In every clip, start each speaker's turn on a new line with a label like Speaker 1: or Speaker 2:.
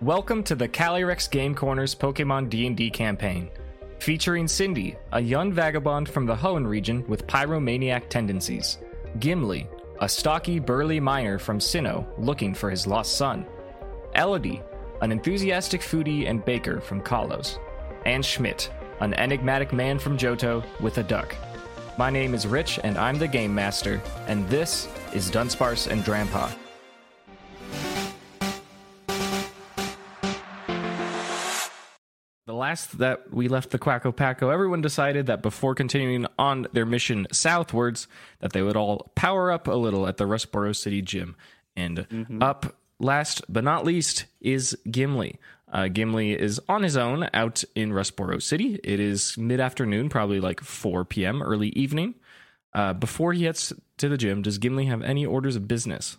Speaker 1: Welcome to the Calyrex Game Corner's Pokemon D&D campaign, featuring Cindy, a young vagabond from the Hoenn region with pyromaniac tendencies, Gimli, a stocky, burly miner from Sinnoh looking for his lost son, Elodie, an enthusiastic foodie and baker from Kalos, and Schmidt, an enigmatic man from Johto with a duck. My name is Rich, and I'm the Game Master, and this is Dunsparce and Drampa. The last that we left the Quacko Paco, everyone decided that before continuing on their mission southwards, that they would all power up a little at the Rustboro City Gym. And up last but not least is Gimli. Uh, Gimli is on his own out in Rustboro City. It is mid afternoon, probably like 4 p.m., early evening. Uh, before he heads to the gym, does Gimli have any orders of business?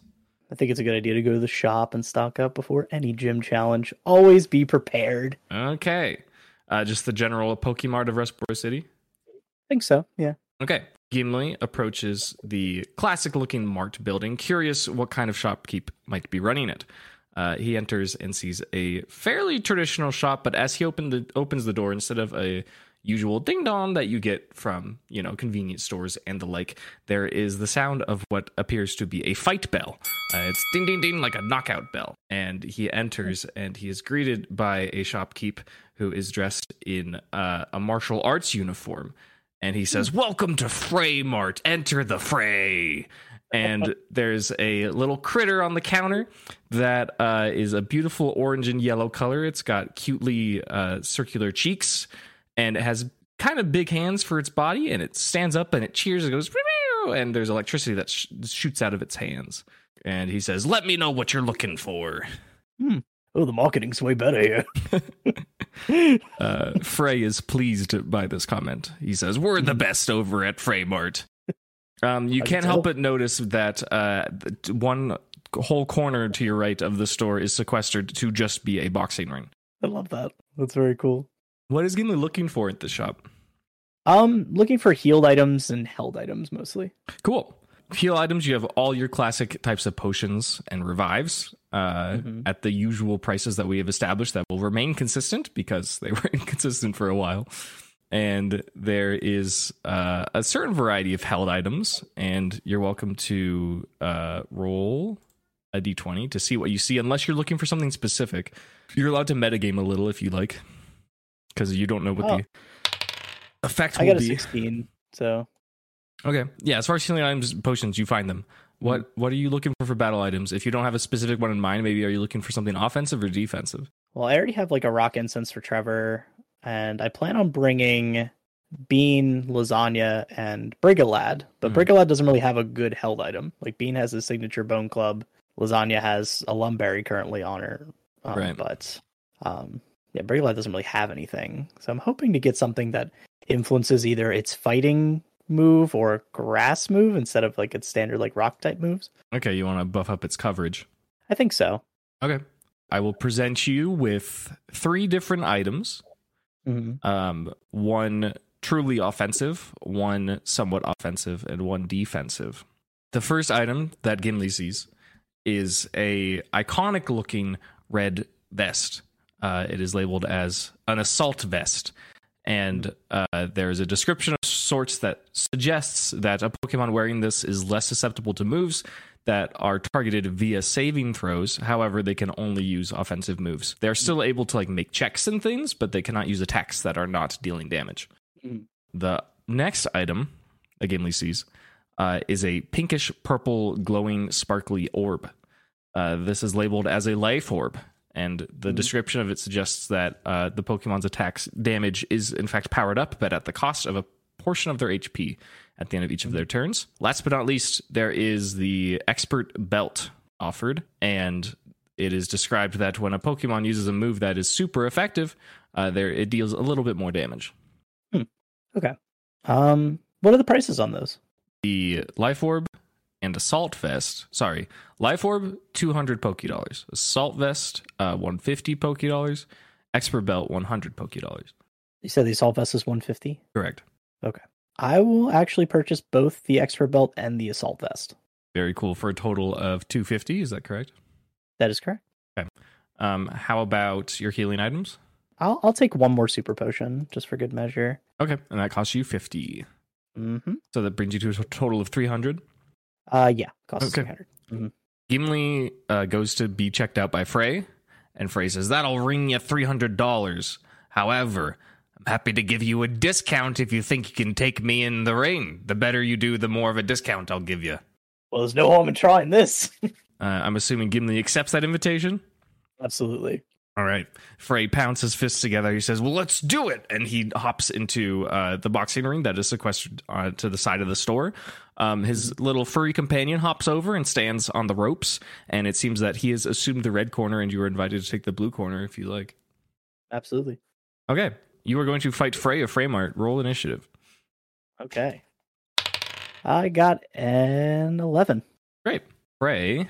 Speaker 2: I think it's a good idea to go to the shop and stock up before any gym challenge. Always be prepared.
Speaker 1: Okay. Uh, just the general Pokemart of Rustboro City?
Speaker 2: I think so. Yeah.
Speaker 1: Okay. Gimli approaches the classic looking Mart building, curious what kind of shopkeep might be running it. Uh, he enters and sees a fairly traditional shop, but as he opened the, opens the door, instead of a usual ding dong that you get from you know convenience stores and the like, there is the sound of what appears to be a fight bell. Uh, it's ding ding ding like a knockout bell, and he enters and he is greeted by a shopkeep who is dressed in uh, a martial arts uniform and he says, "Welcome to Freymart. Enter the fray." And there's a little critter on the counter that uh, is a beautiful orange and yellow color. It's got cutely uh, circular cheeks, and it has kind of big hands for its body. And it stands up and it cheers and goes, "Meow," and there's electricity that sh- shoots out of its hands. And he says, "Let me know what you're looking for."
Speaker 2: Oh, the marketing's way better here.
Speaker 1: Uh, Frey is pleased by this comment. He says, "We're the best over at Freymart." Um, you
Speaker 2: I can
Speaker 1: can't help
Speaker 2: tell.
Speaker 1: but notice that uh, th- one whole corner to your right of the store is sequestered to just be a boxing ring.
Speaker 2: I love that. That's very cool.
Speaker 1: What is Gimli looking for at the shop?
Speaker 2: Um, looking for healed items and held items mostly.
Speaker 1: Cool. Heal items. You have all your classic types of potions and revives uh,
Speaker 2: Mhm.
Speaker 1: at the usual prices that we have established that will remain consistent because they were inconsistent for a while. And there is uh, a certain variety of held items, and you're welcome to uh, roll a d20 to see what you see, unless you're looking for something specific. You're allowed to metagame a little if you like, because you don't know what
Speaker 2: Oh.
Speaker 1: the effect
Speaker 2: I
Speaker 1: will
Speaker 2: got a
Speaker 1: be.
Speaker 2: sixteen, so
Speaker 1: Okay. Yeah, as far as healing items and potions, you find them. What what are you looking for for battle items? If you don't have a specific one in mind, maybe are you looking for something offensive or defensive?
Speaker 2: well, I already have like a rock incense for Trevor, and I plan on bringing Bean, Lasagna, and Brigolad. But
Speaker 1: Mhm.
Speaker 2: Brigolad doesn't really have a good held item. Like Bean has his signature Bone Club. Lasagna has a Lumberry currently on her, um,
Speaker 1: Right.
Speaker 2: but um, yeah, Brigolad doesn't really have anything. So I'm hoping to get something that influences either its fighting move or grass move instead of like its standard like rock type moves.
Speaker 1: Okay, you want to buff up its coverage.
Speaker 2: I think so.
Speaker 1: Okay. I will present you with three different items.
Speaker 2: Mm-hmm.
Speaker 1: Um, one truly offensive, one somewhat offensive, and one defensive. The first item that Gimli sees is a iconic looking red vest. Uh, it is labeled as an assault vest, and uh, there is a description of sorts that suggests that a Pokemon wearing this is less susceptible to moves that are targeted via saving throws. However, they can only use offensive moves. They're still able to like make checks and things, but they cannot use attacks that are not dealing damage.
Speaker 2: Mm.
Speaker 1: The next item that Gimli sees uh, is a pinkish purple glowing sparkly orb. Uh, this is labeled as a life orb, and the
Speaker 2: Mhm.
Speaker 1: description of it suggests that uh, the Pokemon's attacks damage is in fact powered up, but at the cost of a portion of their HP at the end of each of their turns. Last but not least, there is the expert belt offered, and it is described that when a Pokemon uses a move that is super effective, uh, there it deals a little bit more damage.
Speaker 2: Um, what are the prices on those?
Speaker 1: the life orb and assault vest. Sorry, life orb two hundred poke dollars, assault vest uh, one fifty poke dollars, expert belt one hundred poke dollars.
Speaker 2: You said the assault vest is 150.
Speaker 1: Correct.
Speaker 2: I will actually purchase both the expert belt and the assault vest.
Speaker 1: Very cool for a total of two fifty. Is that correct?
Speaker 2: That is correct.
Speaker 1: Um, how about your healing items?
Speaker 2: I'll I'll take one more super potion just for good measure.
Speaker 1: Okay, and that costs you 50.
Speaker 2: Mm-hmm.
Speaker 1: So that brings you to a total of 300.
Speaker 2: Uh, yeah, costs
Speaker 1: Okay.
Speaker 2: three hundred.
Speaker 1: Gimli uh, goes to be checked out by Frey, and Frey says, That'll ring you $300. However, I'm happy to give you a discount if you think you can take me in the ring. The better you do, the more of a discount I'll give you.
Speaker 2: Well, there's no harm in trying this.
Speaker 1: Uh, I'm assuming Gimli accepts that invitation.
Speaker 2: Absolutely.
Speaker 1: All right. Frey pounds his fists together. He says, Well, let's do it. And he hops into uh, the boxing ring that is sequestered uh, to the side of the store. Um, his little furry companion hops over and stands on the ropes. And it seems that he has assumed the red corner, and you are invited to take the blue corner if you like.
Speaker 2: Absolutely.
Speaker 1: Okay. You are going to fight Frey of Freymart. Roll initiative.
Speaker 2: Okay. I got an eleven.
Speaker 1: Frey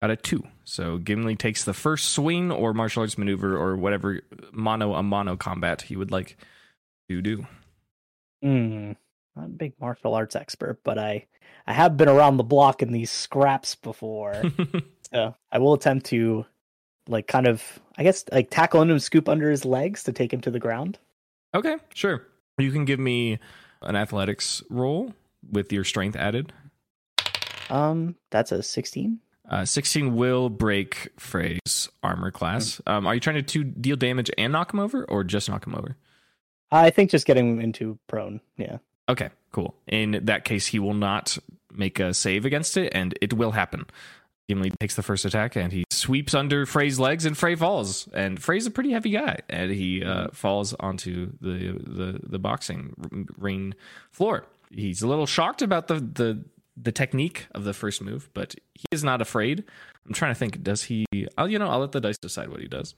Speaker 1: got a two. So Gimli takes the first swing or martial arts maneuver or whatever mono a mono combat he would like to do.
Speaker 2: Mm. Not a big martial arts expert, but I I have been around the block in these scraps before. so I will attempt to like kind of I guess like tackle him and scoop under his legs to take him to the ground.
Speaker 1: Okay, sure. You can give me an athletics roll with your strength added.
Speaker 2: Um, that's a sixteen.
Speaker 1: Uh, 16 will break Frey's armor class. Um, are you trying to two, deal damage and knock him over, or just knock him over?
Speaker 2: I think just getting him into prone. Yeah.
Speaker 1: Okay, cool. In that case, he will not make a save against it, and it will happen. Gimli takes the first attack, and he sweeps under Frey's legs, and Frey falls. And Frey's a pretty heavy guy, and he uh, falls onto the the the boxing r- ring floor. He's a little shocked about the the the technique of the first move, but he is not afraid. I'm trying to think. Does he? I'll, you know, I'll let the dice decide what he does.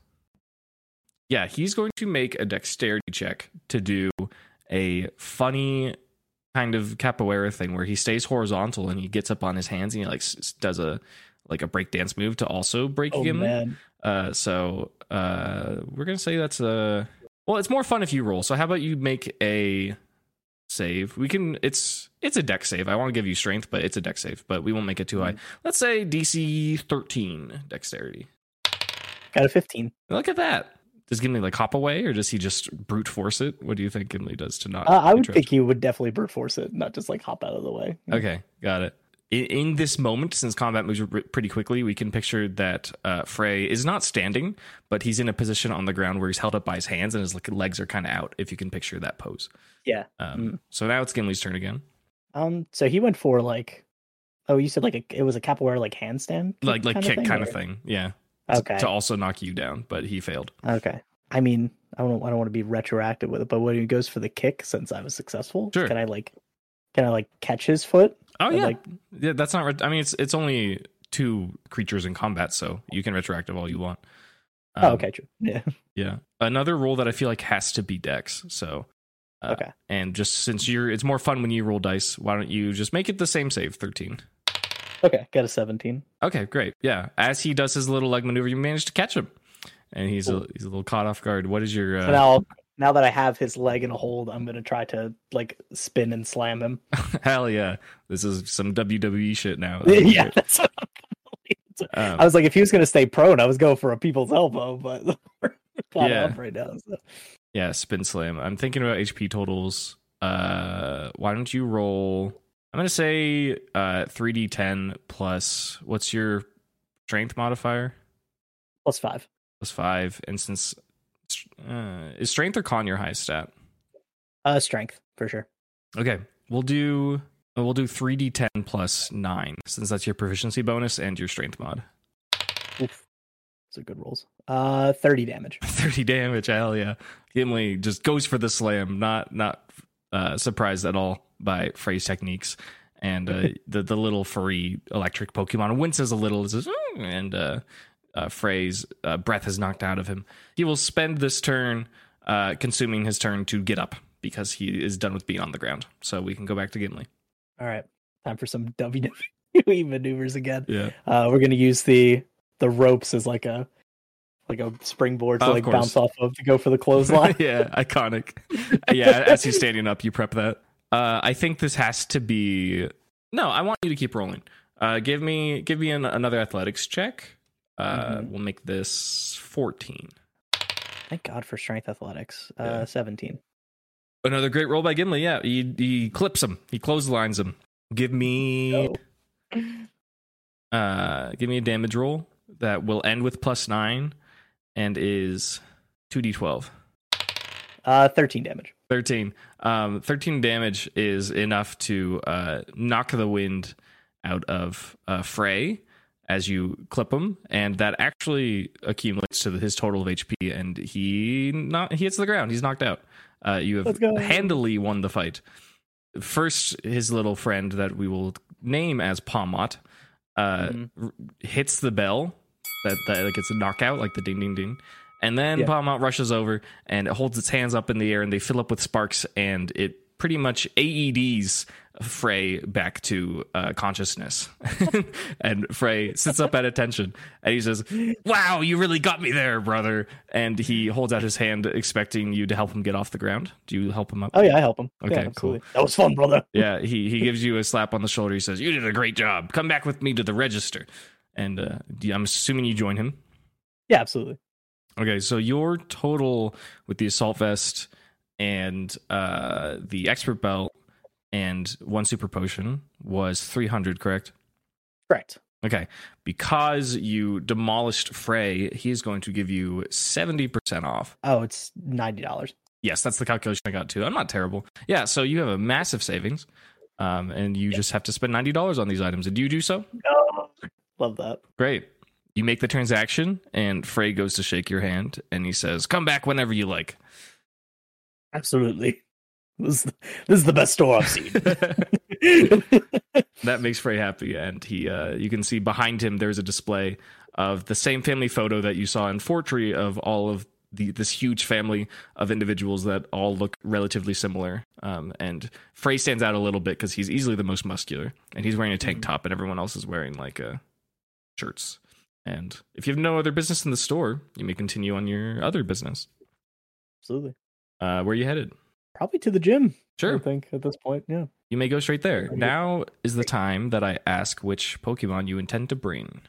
Speaker 1: Yeah, he's going to make a dexterity check to do a funny kind of capoeira thing where he stays horizontal and he gets up on his hands and he like s- s- does a like a breakdance move to also break
Speaker 2: Oh
Speaker 1: him.
Speaker 2: man.
Speaker 1: Uh, so uh, we're gonna say that's a well. It's more fun if you roll. So how about you make a save? We can. It's it's a deck save. I want to give you strength, but it's a deck save. But we won't make it too high.
Speaker 2: Mm-hmm.
Speaker 1: Let's say DC thirteen dexterity.
Speaker 2: Got a fifteen.
Speaker 1: Look at that. Does Gimli like hop away, or does he just brute force it? What do you think Gimli does to not?
Speaker 2: Uh, I would
Speaker 1: encroach?
Speaker 2: think he would definitely brute force it, not just like hop out of the way.
Speaker 1: Okay, got it. In, in this moment, since combat moves r- pretty quickly, we can picture that uh, Frey is not standing, but he's in a position on the ground where he's held up by his hands and his like, legs are kind of out. If you can picture that pose.
Speaker 2: Yeah.
Speaker 1: Um,
Speaker 2: Mm.
Speaker 1: So now it's Gimli's turn again.
Speaker 2: Um, so he went for like, oh, you said like a, it was a capoeira like handstand, kick
Speaker 1: Like like
Speaker 2: kinda
Speaker 1: kick kind of
Speaker 2: or-
Speaker 1: thing. Yeah. T-
Speaker 2: Okay,
Speaker 1: To also knock you down, but he failed.
Speaker 2: okay. I mean, I don't, I don't want to be retroactive with it, but when he goes for the kick, since I was successful,
Speaker 1: Sure.
Speaker 2: can I like, can I like catch his foot?
Speaker 1: Oh
Speaker 2: And,
Speaker 1: yeah.
Speaker 2: like-
Speaker 1: yeah. That's not. Ret- I mean, it's it's only two creatures in combat, so you can retroactive all you want.
Speaker 2: oh,
Speaker 1: Um,
Speaker 2: okay, true. Yeah,
Speaker 1: Yeah. Another rule that I feel like has to be dex. So uh,
Speaker 2: Okay.
Speaker 1: And just since you're it's more fun when you roll dice, why don't you just make it the same save 13.
Speaker 2: okay. Got a seventeen.
Speaker 1: Okay, great. Yeah. As he does his little leg maneuver, you manage to catch him. And he's a he's a little caught off guard. What is your
Speaker 2: So
Speaker 1: uh,
Speaker 2: now, now that I have his leg in a hold, I'm gonna try to like spin and slam him.
Speaker 1: Oh, hell yeah. This is some WWE shit now.
Speaker 2: yeah, that's what I'm gonna lead to.
Speaker 1: Um,
Speaker 2: I was like, if he was gonna stay prone, I was going for a people's elbow, but we're caught
Speaker 1: Yeah.
Speaker 2: up right now. So.
Speaker 1: Yeah, spin slam. I'm thinking about HP totals. Uh, why don't you roll? I'm gonna say uh 3d10 plus what's your strength modifier?
Speaker 2: Plus five.
Speaker 1: plus five. And since uh, is strength or con your highest stat?
Speaker 2: Uh, strength for sure.
Speaker 1: Okay, we'll do uh, we'll do three d ten plus nine since that's your proficiency bonus and your strength mod.
Speaker 2: Oof. Those are good rolls. Uh, thirty damage.
Speaker 1: Thirty damage, hell yeah! Gimli just goes for the slam. Not not uh, surprised at all by phrase techniques. And uh, the the little furry electric Pokemon winces a little, says, "Mm," and uh, uh, Frey's uh, breath is knocked out of him. He will spend this turn uh, consuming his turn to get up because he is done with being on the ground. So we can go back to Gimli.
Speaker 2: All right, time for some WWE maneuvers again.
Speaker 1: Yeah.
Speaker 2: Uh, we're gonna use the the ropes as like a like a springboard to
Speaker 1: Of
Speaker 2: like
Speaker 1: course.
Speaker 2: bounce off of to go for the clothesline.
Speaker 1: yeah, iconic. Uh, Yeah, as he's standing up, you prep that. Uh, I think this has to be. No, I want you to keep rolling. Uh, give me give me an, another athletics check. Uh,
Speaker 2: Mhm.
Speaker 1: We'll make this 14.
Speaker 2: Thank God for strength athletics. Uh,
Speaker 1: Yeah.
Speaker 2: 17.
Speaker 1: Another great roll by Gimli. Yeah, he, he clips him. He clotheslines him. Give me uh, give me a damage roll that will end with plus nine and is 2d12.
Speaker 2: Uh, 13 damage.
Speaker 1: 13 um 13 damage is enough to uh knock the wind out of uh frey as you clip him and that actually accumulates to the, his total of hp and he not he hits the ground he's knocked out uh you have
Speaker 2: Let's go.
Speaker 1: handily won the fight first his little friend that we will name as pomot uh
Speaker 2: Mhm.
Speaker 1: r- hits the bell that that like it's a knockout like the ding ding ding and then
Speaker 2: Yeah.
Speaker 1: Palmont rushes over and it holds its hands up in the air and they fill up with sparks and it pretty much AEDs Frey back to uh, consciousness. and Frey sits up at attention and he says, Wow, you really got me there, brother. And he holds out his hand, expecting you to help him get off the ground. Do you help him up?
Speaker 2: Oh, yeah, I help him. Yeah,
Speaker 1: Okay, cool.
Speaker 2: absolutely. That was fun, brother.
Speaker 1: yeah he he gives you a slap on the shoulder he says you did a great job come back with me to the register and uh, do- i'm assuming you join him
Speaker 2: Yeah, absolutely.
Speaker 1: okay so your total with the assault vest and uh the expert belt and one super potion was 300 correct
Speaker 2: Correct.
Speaker 1: okay because you demolished frey he is going to give you 70% off
Speaker 2: Oh, it's $90.
Speaker 1: Yes, that's the calculation I got too. I'm not terrible. Yeah, so you have a massive savings, um, and you just have to spend ninety dollars on these items. And do you do so?
Speaker 2: No. Love that.
Speaker 1: Great. You make the transaction, and Frey goes to shake your hand, and he says, "Come back whenever you like."
Speaker 2: Absolutely. This, is- this is the best store I've seen.
Speaker 1: that makes Frey happy, and he, uh, you can see behind him there's a display of the same family photo that you saw in Fortree of all of the this huge family of individuals that all look relatively similar. Um, and Frey stands out a little bit because he's easily the most muscular, and he's wearing a tank
Speaker 2: Mhm.
Speaker 1: top, and everyone else is wearing like uh, shirts. And if you have no other business in the store, you may continue on your other business.
Speaker 2: absolutely.
Speaker 1: Uh, where are you headed?
Speaker 2: Probably to the gym, I
Speaker 1: Sure.
Speaker 2: think, at this point. Yeah.
Speaker 1: You may go straight there.
Speaker 2: Okay.
Speaker 1: Now is the time that I ask which Pokemon you intend to bring.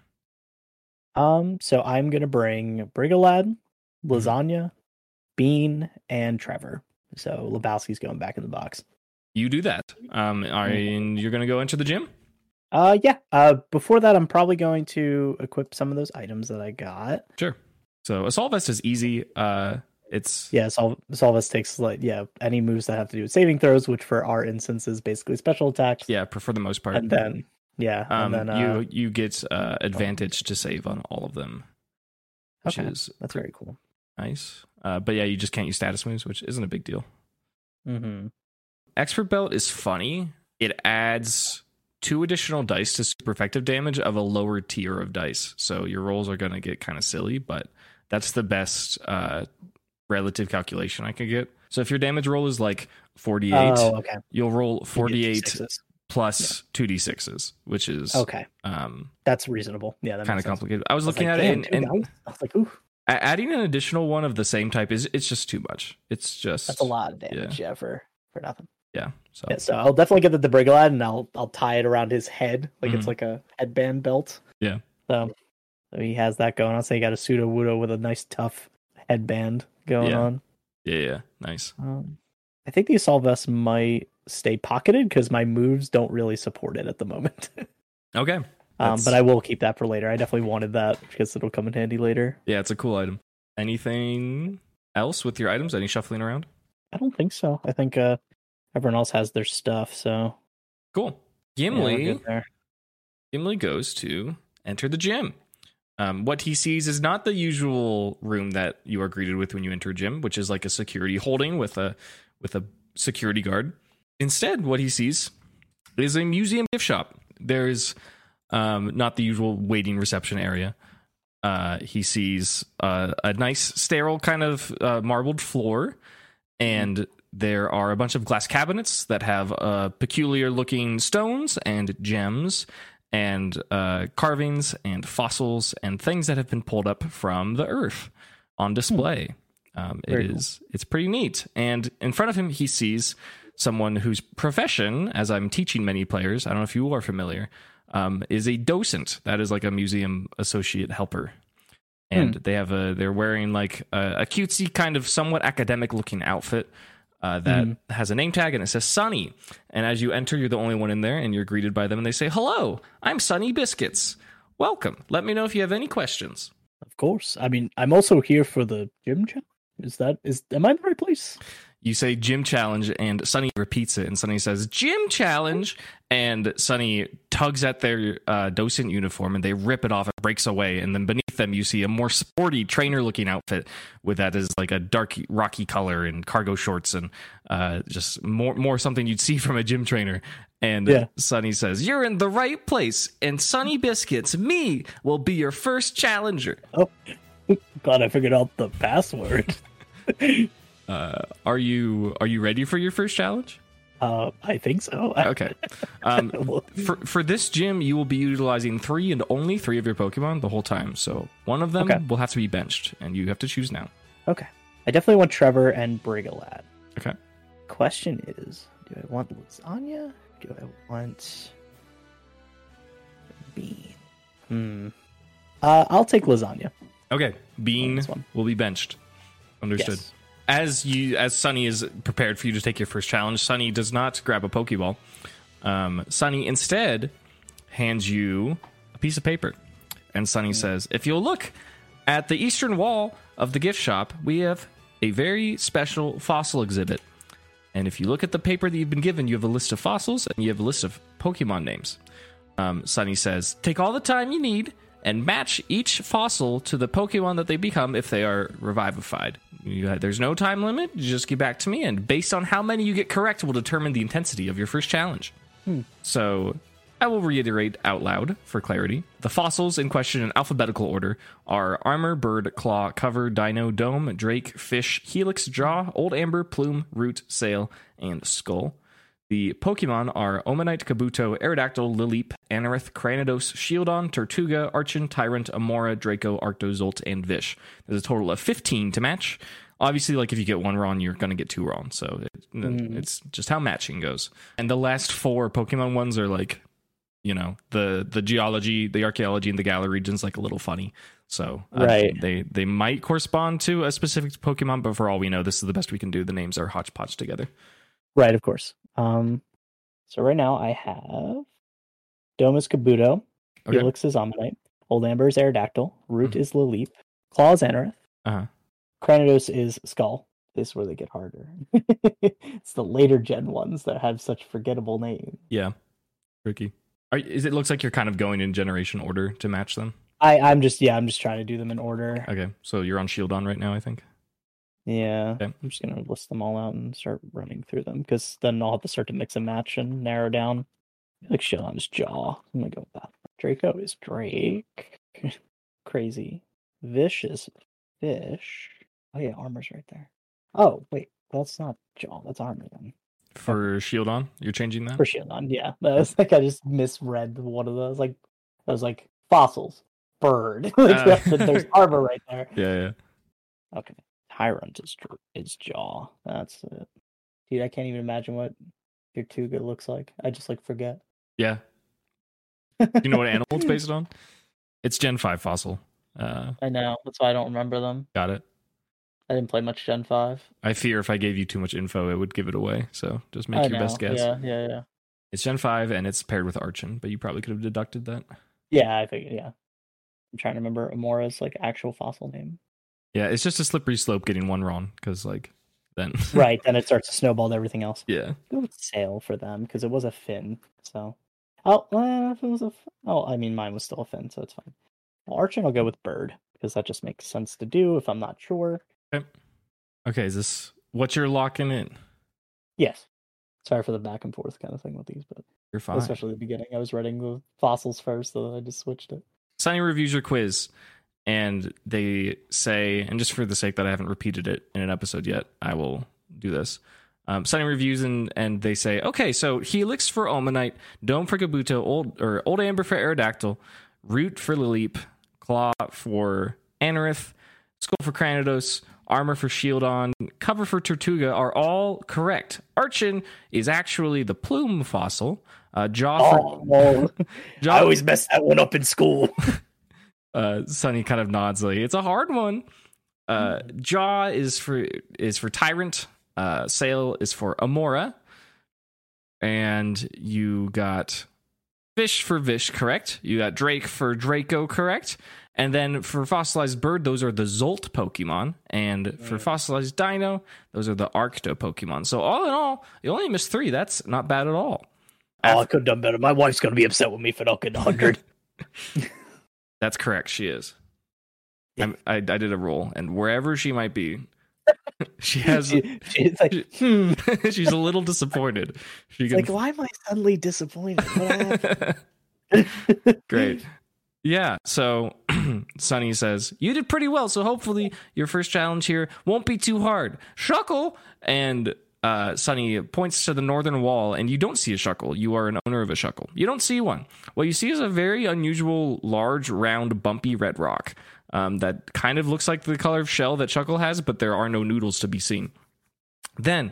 Speaker 2: Um, so I'm gonna bring Brigalad,
Speaker 1: Mm-hmm.
Speaker 2: Lasagna, Bean, and Trevor. So Lebowski's going back in the box.
Speaker 1: You do that. Um, are
Speaker 2: Mm.
Speaker 1: and you're gonna go into the gym?
Speaker 2: Uh, yeah. Uh, before that, I'm probably going to equip some of those items that I got.
Speaker 1: Sure. So Assault Vest is easy. Uh, it's
Speaker 2: Yeah, Sol- Solvus takes like yeah any moves that have to do with saving throws, which for our instance is basically special attacks.
Speaker 1: yeah, for, for the most part.
Speaker 2: and then yeah,
Speaker 1: um,
Speaker 2: and then uh,
Speaker 1: you you get uh, advantage to save on all of them, which
Speaker 2: okay,
Speaker 1: is
Speaker 2: that's very cool.
Speaker 1: nice. Uh, but yeah, you just can't use status moves, which isn't a big deal.
Speaker 2: Mm-hmm.
Speaker 1: Expert Belt is funny. It adds two additional dice to super effective damage of a lower tier of dice. So your rolls are going to get kind of silly, but that's the best uh, relative calculation I can get. So if your damage roll is like 48,
Speaker 2: Oh, okay.
Speaker 1: you'll roll
Speaker 2: You get
Speaker 1: 48
Speaker 2: sixes.
Speaker 1: plus 2d6s, which is
Speaker 2: Okay,
Speaker 1: um,
Speaker 2: that's reasonable. Yeah, that
Speaker 1: kind of
Speaker 2: makes sense.
Speaker 1: complicated. I was
Speaker 2: I was
Speaker 1: looking
Speaker 2: like,
Speaker 1: at it
Speaker 2: "Damn,
Speaker 1: and,
Speaker 2: two
Speaker 1: and
Speaker 2: dice?" I was like, ooh,
Speaker 1: a- adding an additional one of the same type is it's just too much. It's just
Speaker 2: that's a lot of damage. Yeah, for for nothing.
Speaker 1: Yeah. So
Speaker 2: Yeah, so I'll definitely get the Debrigalad and I'll I'll tie it around his head like
Speaker 1: Mhm.
Speaker 2: it's like a headband belt.
Speaker 1: Yeah.
Speaker 2: So, so he has that going on. So he got a pseudo wudo with a nice tough headband going
Speaker 1: Yeah.
Speaker 2: on.
Speaker 1: yeah, yeah, nice.
Speaker 2: Um, I think the assault vest might stay pocketed because my moves don't really support it at the moment.
Speaker 1: Okay.
Speaker 2: um,
Speaker 1: That's-
Speaker 2: but I will keep that for later. I definitely wanted that because it'll come in handy later.
Speaker 1: Yeah, it's a cool item. Anything else with your items? Any shuffling around?
Speaker 2: I don't think so. I think uh, everyone else has their stuff. So
Speaker 1: Cool.
Speaker 2: yeah, we're
Speaker 1: Gimli.
Speaker 2: good there.
Speaker 1: Gimli goes to enter the gym. Um, what he sees is not the usual room that you are greeted with when you enter a gym, which is like a security holding with a with a security guard. Instead, what he sees is a museum gift shop. There's um, not the usual waiting reception area. Uh, he sees uh, a nice sterile kind of uh, marbled floor, and there are a bunch of glass cabinets that have uh, peculiar looking stones and gems and uh, carvings and fossils and things that have been pulled up from the earth on display. Um, it
Speaker 2: Very cool.
Speaker 1: is it's pretty neat. And in front of him, he sees someone whose profession, as I'm teaching many players, I don't know if you are familiar, um, is a docent. That is like a museum associate helper. and they have a they're wearing like a, a cutesy kind of somewhat academic looking outfit uh, that has a name tag and it says Sunny. And as you enter, you're the only one in there, and you're greeted by them, and they say, "Hello, I'm Sunny Biscuits. Welcome. Let me know if you have any questions."
Speaker 2: Of course. I mean, I'm also here for the gym challenge. Is that is am I in the right place?
Speaker 1: You say gym challenge, and Sunny repeats it, and Sunny says gym challenge, and Sunny tugs at their uh, docent uniform, and they rip it off and breaks away. And then beneath them, you see a more sporty trainer-looking outfit with that is like a dark, rocky color and cargo shorts, and uh, just more more something you'd see from a gym trainer. And
Speaker 2: Yeah.
Speaker 1: Sunny says, "You're in the right place, and Sunny Biscuits, me, will be your first challenger."
Speaker 2: God, I figured out the password.
Speaker 1: Uh, are you are you ready for your first challenge?
Speaker 2: uh, I think so.
Speaker 1: Okay. Um,
Speaker 2: Well,
Speaker 1: for for this gym, you will be utilizing three and only three of your Pokemon the whole time. So one of them
Speaker 2: Okay.
Speaker 1: will have to be benched, and you have to choose now.
Speaker 2: okay. I definitely want Trevor and Brigalat.
Speaker 1: Okay.
Speaker 2: Question is, do I want lasagna? Do I want bean? Hmm. Uh, I'll take lasagna.
Speaker 1: Okay. Bean
Speaker 2: This one.
Speaker 1: will be benched. Understood.
Speaker 2: Yes.
Speaker 1: As you as Sunny is prepared for you to take your first challenge, Sunny does not grab a Pokeball. Um, Sunny instead hands you a piece of paper, and
Speaker 2: Hmm.
Speaker 1: Sunny says, "If you'll look at the eastern wall of the gift shop, we have a very special fossil exhibit." And if you look at the paper that you've been given, you have a list of fossils and you have a list of Pokemon names. Um, Sunny says, take all the time you need and match each fossil to the Pokemon that they become if they are revivified. You, there's no time limit. You just get back to me, and based on how many you get correct will determine the intensity of your first challenge. So I will reiterate out loud for clarity. The fossils in question in alphabetical order are armor, bird, claw, cover, dino, dome, drake, fish, helix, jaw, old amber, plume, root, sail, and skull. The Pokemon are Omanite, Kabuto, Aerodactyl, Lilip, Anorith, Cranidos, Shieldon, Tortuga, Archon, Tyrant, Amora, Draco, Arctozolt, and Vish. There's a total of 15 to match. Obviously, like if you get one wrong, you're going to get two wrong. So it,
Speaker 2: Mm-hmm.
Speaker 1: it's just how matching goes. And the last four Pokemon ones are like, you know, the the geology, the archaeology, and the Galar region's like a little funny. So uh,
Speaker 2: Right.
Speaker 1: they they might correspond to a specific Pokemon, but for all we know, this is the best we can do. The names are hodgepodge together.
Speaker 2: Right, of course. Um, so right now I have Domus Kabuto,
Speaker 1: Okay.
Speaker 2: Helix is Ammonite, Old Amber is Aerodactyl, Root
Speaker 1: Mhm.
Speaker 2: is Lilip, Claw is Anorith,
Speaker 1: Uh-huh.
Speaker 2: Cranidos is Skull. This is where they get harder. it's the later gen ones that have such forgettable names.
Speaker 1: Yeah, tricky. Are, is it looks like you're kind of going in generation order to match them?
Speaker 2: I, I'm just yeah, I'm just trying to do them in order.
Speaker 1: Okay, so you're on Shield on right now, I think.
Speaker 2: Yeah.
Speaker 1: Okay.
Speaker 2: I'm just gonna list them all out and start running through them because then I'll have to start to mix and match and narrow down. Like shit on his jaw. I'm gonna go with that. Draco is Drake. Crazy. Vicious fish. Oh yeah, armor's right there. Oh wait, that's not jaw. That's armor then.
Speaker 1: For Shield on, you're changing that.
Speaker 2: For shit on. Yeah, that was like I just misread one of those. Like I was like fossils, bird. like,
Speaker 1: Ah.
Speaker 2: there's armor right there.
Speaker 1: Yeah, yeah.
Speaker 2: Okay. Tyrant is dr- is jaw. That's it. Dude, I can't even imagine what your Tuga looks like. I just like forget.
Speaker 1: Yeah. You know what animal it's based on? It's Gen Five fossil. Uh,
Speaker 2: I know. That's why I don't remember them.
Speaker 1: got it.
Speaker 2: I didn't play much Gen Five.
Speaker 1: I fear if I gave you too much info, it would give it away. So just make
Speaker 2: I
Speaker 1: your best
Speaker 2: know.
Speaker 1: guess.
Speaker 2: Yeah, yeah, yeah.
Speaker 1: It's Gen Five, and it's paired with Archon, but you probably could have deducted that.
Speaker 2: Yeah, I figured. Yeah, I'm trying to remember Amora's like actual fossil name.
Speaker 1: Yeah, it's just a slippery slope getting one wrong because like then
Speaker 2: right. Then it starts to snowball to everything else.
Speaker 1: yeah.
Speaker 2: Go with sail for them because it was a fin. So, oh, well, if it was a, f- oh, I mean, mine was still a fin, so it's fine. Well, Archon, I'll go with bird because that just makes sense to do if I'm not sure.
Speaker 1: Okay, is this what you're locking in?
Speaker 2: Yes. Sorry for the back and forth kind of thing with these, but
Speaker 1: You're fine.
Speaker 2: especially the beginning, I was writing the fossils first, so I just switched it.
Speaker 1: Sunny reviews your quiz, and they say, and just for the sake that I haven't repeated it in an episode yet, I will do this. Um, Sunny reviews and and they say, okay, so Helix for Omanite, Dome for Kabuto, old or Old Amber for Aerodactyl, Root for Lilip, Claw for Anorith, Skull for Cranidos, Armor for Shieldon, Cover for Tortuga are all correct. Archon is actually the Plume
Speaker 2: Oh,
Speaker 1: fossil. Uh, jaw for
Speaker 2: no.
Speaker 1: Jaw-
Speaker 2: mess that one up in school.
Speaker 1: Uh, Sonny kind of nods like it's a hard one. Uh, Jaw is for is for Tyrant. Uh, Sail is for Amora, and you got Fish for Vish, correct? You got Drake for Draco, correct? And then for fossilized bird, those are the Zolt Pokemon, and for
Speaker 2: Right.
Speaker 1: fossilized Dino, those are the Arcto Pokemon. So all in all, you only missed three. That's not bad at all.
Speaker 2: Oh, I could have done better. My wife's gonna be upset with me for not getting hundred.
Speaker 1: That's correct. She is.
Speaker 2: Yeah.
Speaker 1: I'm- I, I did a roll, and wherever she might be, she has.
Speaker 2: She- she's like, hmm.
Speaker 1: she's a little disappointed. She
Speaker 2: It's
Speaker 1: can
Speaker 2: like, why am I suddenly disappointed? What happened?
Speaker 1: Great. Yeah. So Sonny says, You did pretty well. So hopefully your first challenge here won't be too hard. Shuckle. And uh, Sonny points to the northern wall, and you don't see a shuckle. You are an owner of a shuckle. You don't see one. What you see is a very unusual, large, round, bumpy red rock um, that kind of looks like the color of shell that shuckle has, but there are no noodles to be seen. Then,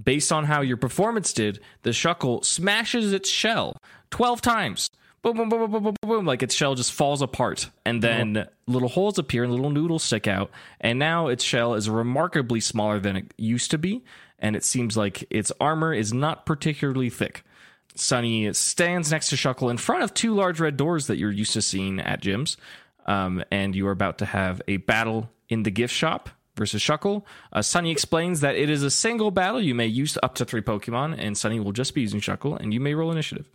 Speaker 1: based on how your performance did, the shuckle smashes its shell 12 times. Boom, boom, boom, boom, boom, boom, boom, boom. Like its shell just falls apart. And then little holes appear and little noodles stick out. And now its shell is remarkably smaller than it used to be. And it seems like its armor is not particularly thick. Sunny stands next to Shuckle in front of two large red doors that you're used to seeing at gyms. Um, and you are about to have a battle in the gift shop versus Shuckle. Uh, Sunny explains that it is a single battle. You may use up to three Pokemon, and Sunny will just be using Shuckle, and you may roll initiative.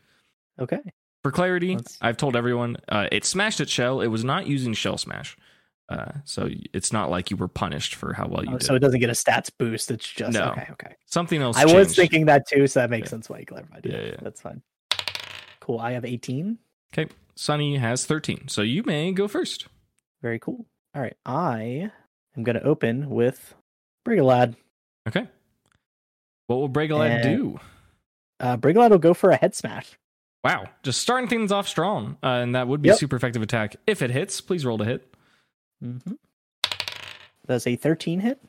Speaker 2: Okay.
Speaker 1: For clarity,
Speaker 2: Let's-
Speaker 1: I've told everyone uh, it smashed its shell. It was not using Shell Smash. Uh, so it's not like you were punished for how well you
Speaker 2: Oh,
Speaker 1: did.
Speaker 2: so it doesn't get a stats boost. It's just
Speaker 1: No.
Speaker 2: okay. Okay.
Speaker 1: Something else
Speaker 2: I was
Speaker 1: changed.
Speaker 2: thinking that too, so that makes
Speaker 1: Yeah.
Speaker 2: sense why you clarified.
Speaker 1: Yeah, yeah.
Speaker 2: That's fine. Cool. I have 18.
Speaker 1: Okay, Sunny has 13. So you may go first.
Speaker 2: Very cool. All right. I am going to open with Brigolad.
Speaker 1: Okay. What will Bregalad
Speaker 2: Uh,
Speaker 1: do?
Speaker 2: Uh, Brigolad will go for a head smash.
Speaker 1: Wow. Just starting things off strong. Uh, and that would be a
Speaker 2: Yep.
Speaker 1: super effective attack. If it hits, please roll to hit.
Speaker 2: Mm-hmm. That's a 13 hit.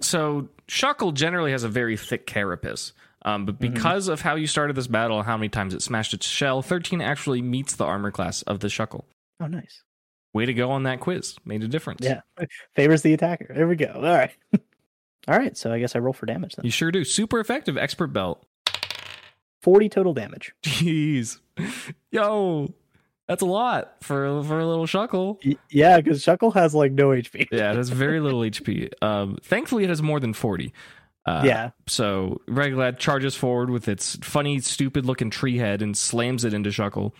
Speaker 1: So Shuckle generally has a very thick carapace. Um, but
Speaker 2: Mhm.
Speaker 1: because of how you started this battle and how many times it smashed its shell, 13 actually meets the armor class of the Shuckle.
Speaker 2: Oh, nice.
Speaker 1: Way to go on that quiz. Made a difference.
Speaker 2: Yeah. Favors the attacker. There we go. All right. All right. So I guess I roll for damage then.
Speaker 1: You sure do. Super effective expert belt.
Speaker 2: 40 total damage.
Speaker 1: Jeez. Yo, that's a lot for, for a little Shuckle.
Speaker 2: Y- yeah, because Shuckle has like no HP.
Speaker 1: Yeah, it has very little HP. Um, thankfully, it has more than 40. Uh,
Speaker 2: yeah.
Speaker 1: So Reglad charges forward with its funny, stupid looking tree head and slams it into Shuckle,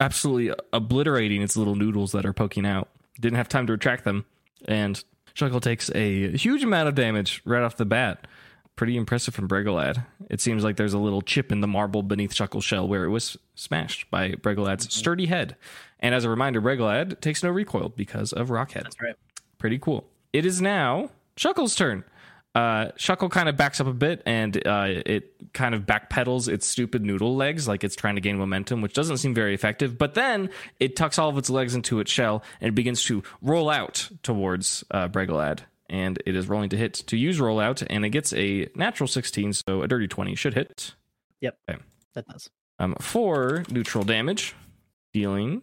Speaker 1: absolutely obliterating its little noodles that are poking out. Didn't have time to retract them. And Shuckle takes a huge amount of damage right off the bat. Pretty impressive from Bregalad. It seems like there's a little chip in the marble beneath Shuckle's shell where it was smashed by Bregalad's sturdy head. And as a reminder, Bregalad takes no recoil because of Rockhead
Speaker 2: That's right.
Speaker 1: pretty cool. It is now Shuckle's turn. Uh, Shuckle kind of backs up a bit and uh, it kind of backpedals its stupid noodle legs like it's trying to gain momentum, which doesn't seem very effective. But then it tucks all of its legs into its shell and begins to roll out towards uh, Bregalad. And it is rolling to hit to use rollout, and it gets a natural 16, so a dirty 20 should hit
Speaker 2: That does.
Speaker 1: um, for neutral damage, dealing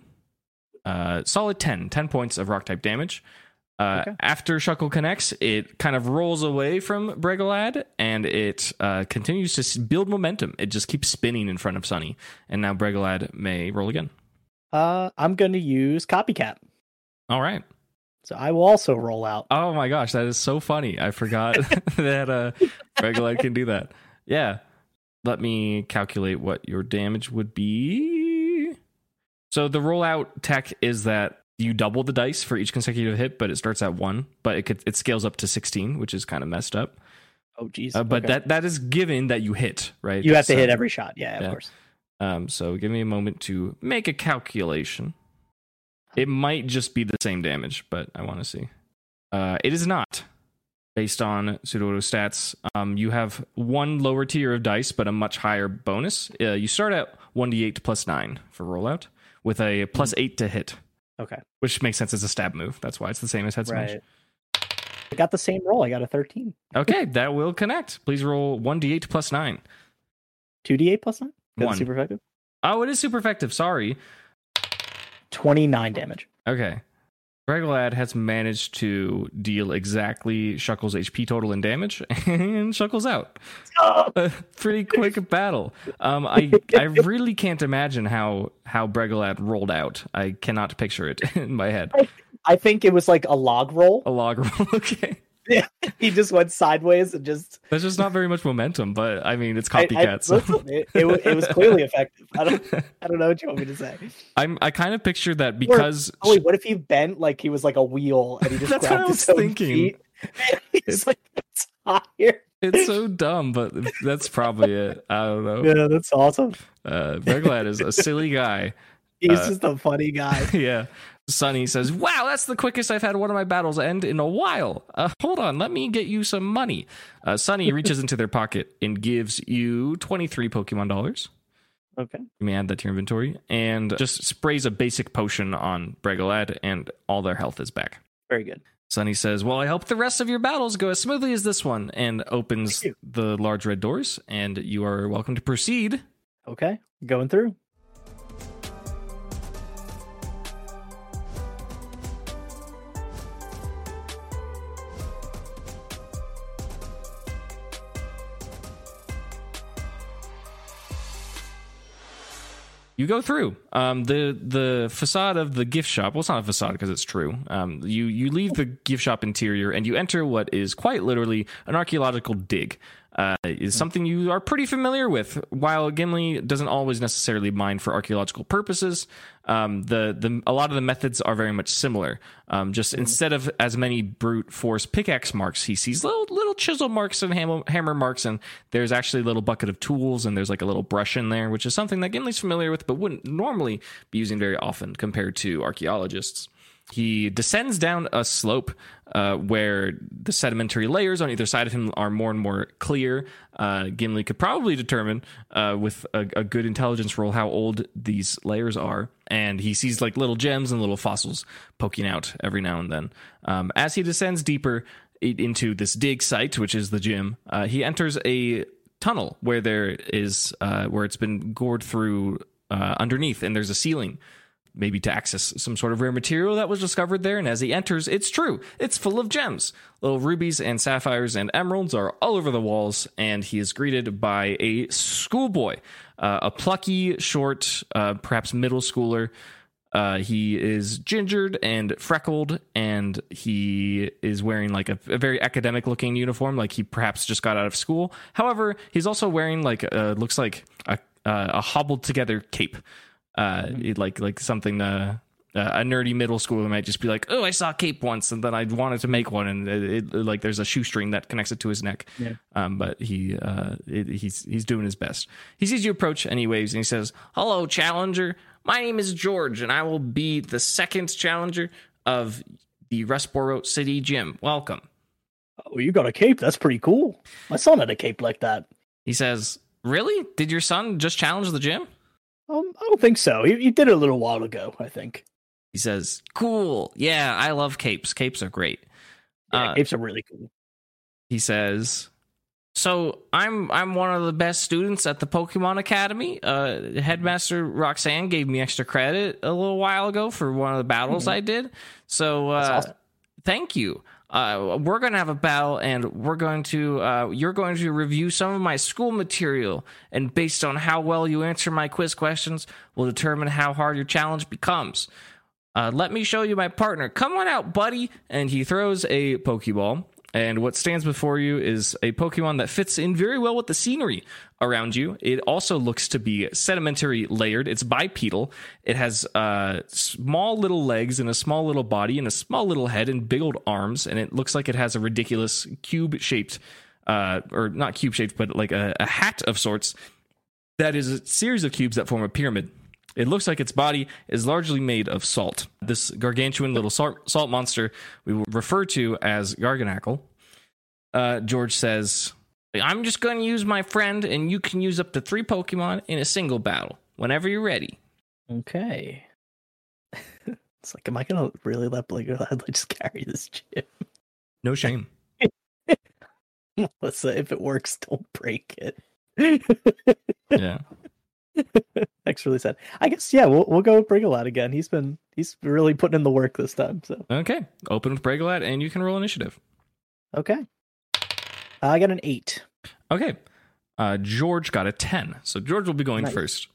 Speaker 1: uh, solid 10, 10 points of rock type damage. Uh,
Speaker 2: Okay.
Speaker 1: After Shuckle connects, it kind of rolls away from Bregalad and it uh, continues to s- build momentum. It just keeps spinning in front of Sunny. And now Bregalad may roll again.
Speaker 2: Uh, I'm going to use Copycat.
Speaker 1: All right.
Speaker 2: So I will also roll out.
Speaker 1: Oh my gosh, that is so funny. I forgot that uh, Bregalad can do that. Yeah. Let me calculate what your damage would be. So the rollout tech is that you double the dice for each consecutive hit, but it starts at one, but it could, it scales up to sixteen, which is kind of messed up.
Speaker 2: Oh, jeez.
Speaker 1: Uh, but
Speaker 2: Okay.
Speaker 1: that that is given that you hit, right? uh,
Speaker 2: you have to
Speaker 1: So-
Speaker 2: hit every shot. Yeah, of
Speaker 1: Yeah.
Speaker 2: course.
Speaker 1: Um, so give me a moment to make a calculation. It might just be the same damage, but I want to see. Uh, it is not based on pseudo stats. Um, you have one lower tier of dice, but a much higher bonus. Uh, you start at 1d8 plus 9 for rollout with a plus 8 to hit,
Speaker 2: Okay.
Speaker 1: which makes sense as a stab move. That's why it's the same as head smash.
Speaker 2: Right. I got the same roll. I got a 13.
Speaker 1: Okay, that will connect. Please roll 1d8 plus 9.
Speaker 2: 2d8 plus 9? That's
Speaker 1: One.
Speaker 2: super effective.
Speaker 1: Oh, it is super effective. Sorry.
Speaker 2: 29 damage.
Speaker 1: Okay. Gregalad has managed to deal exactly Shuckle's HP total and damage, and Shuckle's out.
Speaker 2: Ah!
Speaker 1: A pretty quick battle. Um, I I really can't imagine how how Bregalad rolled out. I cannot picture it in my head.
Speaker 2: I think it was like a log roll.
Speaker 1: A log roll. Okay,
Speaker 2: He just went sideways and just.
Speaker 1: there's just not very much momentum, but I mean it's
Speaker 2: I- I-
Speaker 1: copycat. so.
Speaker 2: listen, it, it, wa- it was clearly effective. I don't, I don't know what you want me to say.
Speaker 1: I'm I kind of picture that because
Speaker 2: Oh wait, what if he bent like he was like a wheel and he just
Speaker 1: That's what
Speaker 2: grabbed
Speaker 1: I
Speaker 2: his
Speaker 1: was
Speaker 2: own
Speaker 1: thinking.
Speaker 2: feet? He's like tired.
Speaker 1: it's so dumb, but that's probably it. I don't know.
Speaker 2: Yeah, that's awesome.
Speaker 1: Uh, Bregalad is a silly guy.
Speaker 2: He's
Speaker 1: Uh,
Speaker 2: just a funny guy.
Speaker 1: yeah. Sonny says, Wow, that's the quickest I've had one of my battles end in a while. Uh, hold on, let me get you some money. Uh, Sonny reaches into their pocket and gives you 23 Pokemon dollars.
Speaker 2: Okay.
Speaker 1: You may add that to your inventory. And just sprays a basic potion on Bregalad, and all their health is back.
Speaker 2: Very good.
Speaker 1: Sonny says, Well, I hope the rest of your battles go as smoothly as this one, and opens
Speaker 2: Thank
Speaker 1: the large red doors, and you are welcome to proceed.
Speaker 2: Okay. Going through.
Speaker 1: you go through um, the the facade of the gift shop. Well, it's not a facade because it's true. Um, you you leave the gift shop interior and you enter what is quite literally an archaeological dig. Uh, is something you are pretty familiar with. While Gimli doesn't always necessarily mine for archaeological purposes, um, the the a lot of the methods are very much similar. Um, just instead of as many brute force pickaxe marks, he sees little little chisel marks and hammer, hammer marks, and there's actually a little bucket of tools, and there's like a little brush in there, which is something that Gimli's familiar with, but wouldn't normally be using very often compared to archaeologists. He descends down a slope uh, where the sedimentary layers on either side of him are more and more clear. Uh, Gimli could probably determine uh, with a, a good intelligence roll how old these layers are. And he sees like little gems and little fossils poking out every now and then. Um, as he descends deeper i- into this dig site, which is the gym, uh, he enters a tunnel where there is uh, where it's been gored through uh, underneath, and there's a ceiling maybe to access some sort of rare material that was discovered there. And as he enters, it's true, it's full of gems. Little rubies and sapphires and emeralds are all over the walls, and he is greeted by a schoolboy, uh, a plucky, short, uh, perhaps middle schooler. Uh, he is gingered and freckled, and he is wearing like a, a very academic looking uniform, like he perhaps just got out of school. However, he's also wearing like uh, looks like a, uh, a hobbled together cape, uh, it- like like something uh, uh, a nerdy middle schooler might just be like, "Oh, I saw a cape once, and then I wanted to make one, and it, it, like there's a shoestring that connects it to his neck."
Speaker 2: Yeah.
Speaker 1: Um, but he uh, it, he's he's doing his best. He sees you approach, and he waves, and he says, "Hello, challenger. My name is George, and I will be the second challenger of the Rustboro City Gym. Welcome."
Speaker 2: Oh, you got a cape. That's pretty cool. My son had a cape like that.
Speaker 1: He says, "Really? Did your son just challenge the gym?"
Speaker 2: Um, I don't think so. He, he did it a little while ago, I think.
Speaker 1: He says, "Cool. Yeah, I love capes. Capes are great."
Speaker 2: Yeah,
Speaker 1: Uh,
Speaker 2: capes are really cool.
Speaker 1: he says so i'm i'm one of the best students at the pokemon academy uh headmaster roxanne gave me extra credit a little while ago for one of the battles i did so uh
Speaker 2: That's awesome.
Speaker 1: thank you uh we're gonna have a battle and we're going to uh you're going to review some of my school material and based on how well you answer my quiz questions will determine how hard your challenge becomes uh, let me show you my partner. Come on out, buddy. And he throws a Pokeball. And what stands before you is a Pokemon that fits in very well with the scenery around you. It also looks to be sedimentary layered. It's bipedal. It has uh, small little legs and a small little body and a small little head and big old arms. And it looks like it has a ridiculous cube shaped, uh, or not cube shaped, but like a, a hat of sorts that is a series of cubes that form a pyramid. It looks like its body is largely made of salt. This gargantuan little salt, salt monster we will refer to as Garganackle. Uh, George says, I'm just going to use my friend, and you can use up to three Pokemon in a single battle whenever you're ready.
Speaker 2: Okay. it's like, am I gonna really let Blinker Ladley just carry this chip?
Speaker 1: No shame.
Speaker 2: Let's say if it works, don't break it.
Speaker 1: yeah.
Speaker 2: Thanks really sad. I guess yeah, we'll we'll go with Brigalad again. He's been he's he's really putting in the work this time. So
Speaker 1: Okay. Open with Bregolat, and you can roll initiative.
Speaker 2: okay, I got an eight.
Speaker 1: Okay. Uh, George got a 10. So George will be going
Speaker 2: Nice.
Speaker 1: first.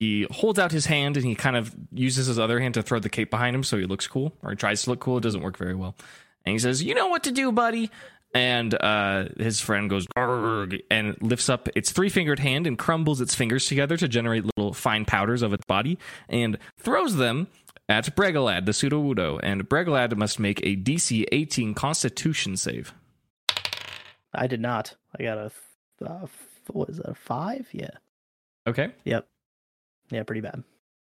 Speaker 1: He holds out his hand and he kind of uses his other hand to throw the cape behind him so he looks cool or he tries to look cool. It doesn't work very well. And he says, You know what to do, buddy. And uh, his friend goes "Grrrg," and lifts up its three fingered hand and crumbles its fingers together to generate little fine powders of its body and throws them at Bregalad, the pseudo Wudo. And Bregalad must make a DC 18 Constitution save.
Speaker 2: I did not. I got a th- uh, f- what is that? A five? Yeah.
Speaker 1: Okay.
Speaker 2: Yep. Yeah, pretty bad.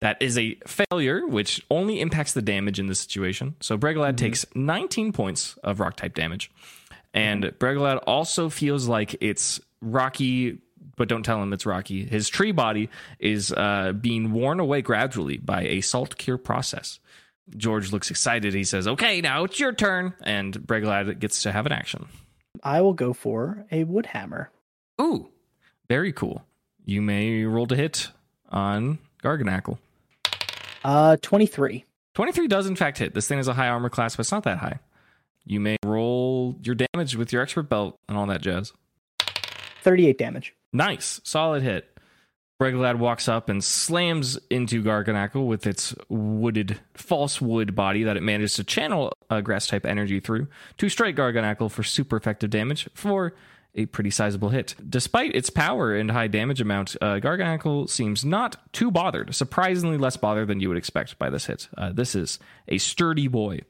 Speaker 1: That is a failure, which only impacts the damage in this situation. So Bregalad
Speaker 2: Mhm.
Speaker 1: takes 19 points of rock type damage. And Bregalad also feels like it's rocky, but don't tell him it's rocky. His tree body is uh, being worn away gradually by a salt cure process. George looks excited. He says, Okay, now it's your turn. And Bregalad gets to have an action.
Speaker 2: I will go for a wood hammer.
Speaker 1: Ooh, very cool. You may roll to hit on Garganackle.
Speaker 2: Uh, twenty three.
Speaker 1: 23 does in fact hit. This thing is a high armor class, but it's not that high. You may roll your damage with your expert belt and all that jazz.
Speaker 2: 38 damage.
Speaker 1: Nice. Solid hit. Bregalad walks up and slams into Garganackle with its wooded, false wood body that it managed to channel uh, grass type energy through to strike Garganackle for super effective damage for a pretty sizable hit. Despite its power and high damage amount, uh, Garganackle seems not too bothered, surprisingly less bothered than you would expect by this hit. Uh, this is a sturdy boy.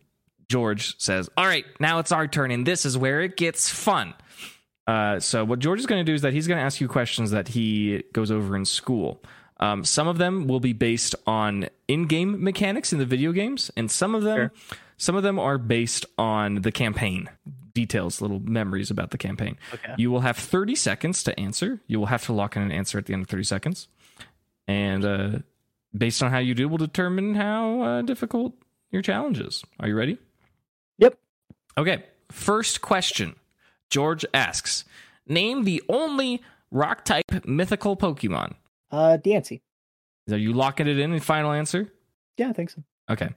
Speaker 1: George says, All right, now it's our turn, and this is where it gets fun. Uh, so what George is going to do is that he's going to ask you questions that he goes over in school. Um, some of them will be based on in-game mechanics in the video games, and some of them, some of them are based on the campaign details, little memories about the campaign.
Speaker 2: Okay.
Speaker 1: You will have 30 seconds to answer. You will have to lock in an answer at the end of 30 seconds, and uh, based on how you do, will determine how uh, difficult your challenge is. Are you ready?
Speaker 2: Yep.
Speaker 1: Okay. First question. George asks, name the only rock type mythical Pokemon.
Speaker 2: Uh, Dancy.
Speaker 1: Are you locking it in and final answer?
Speaker 2: Yeah, I think so.
Speaker 1: Okay.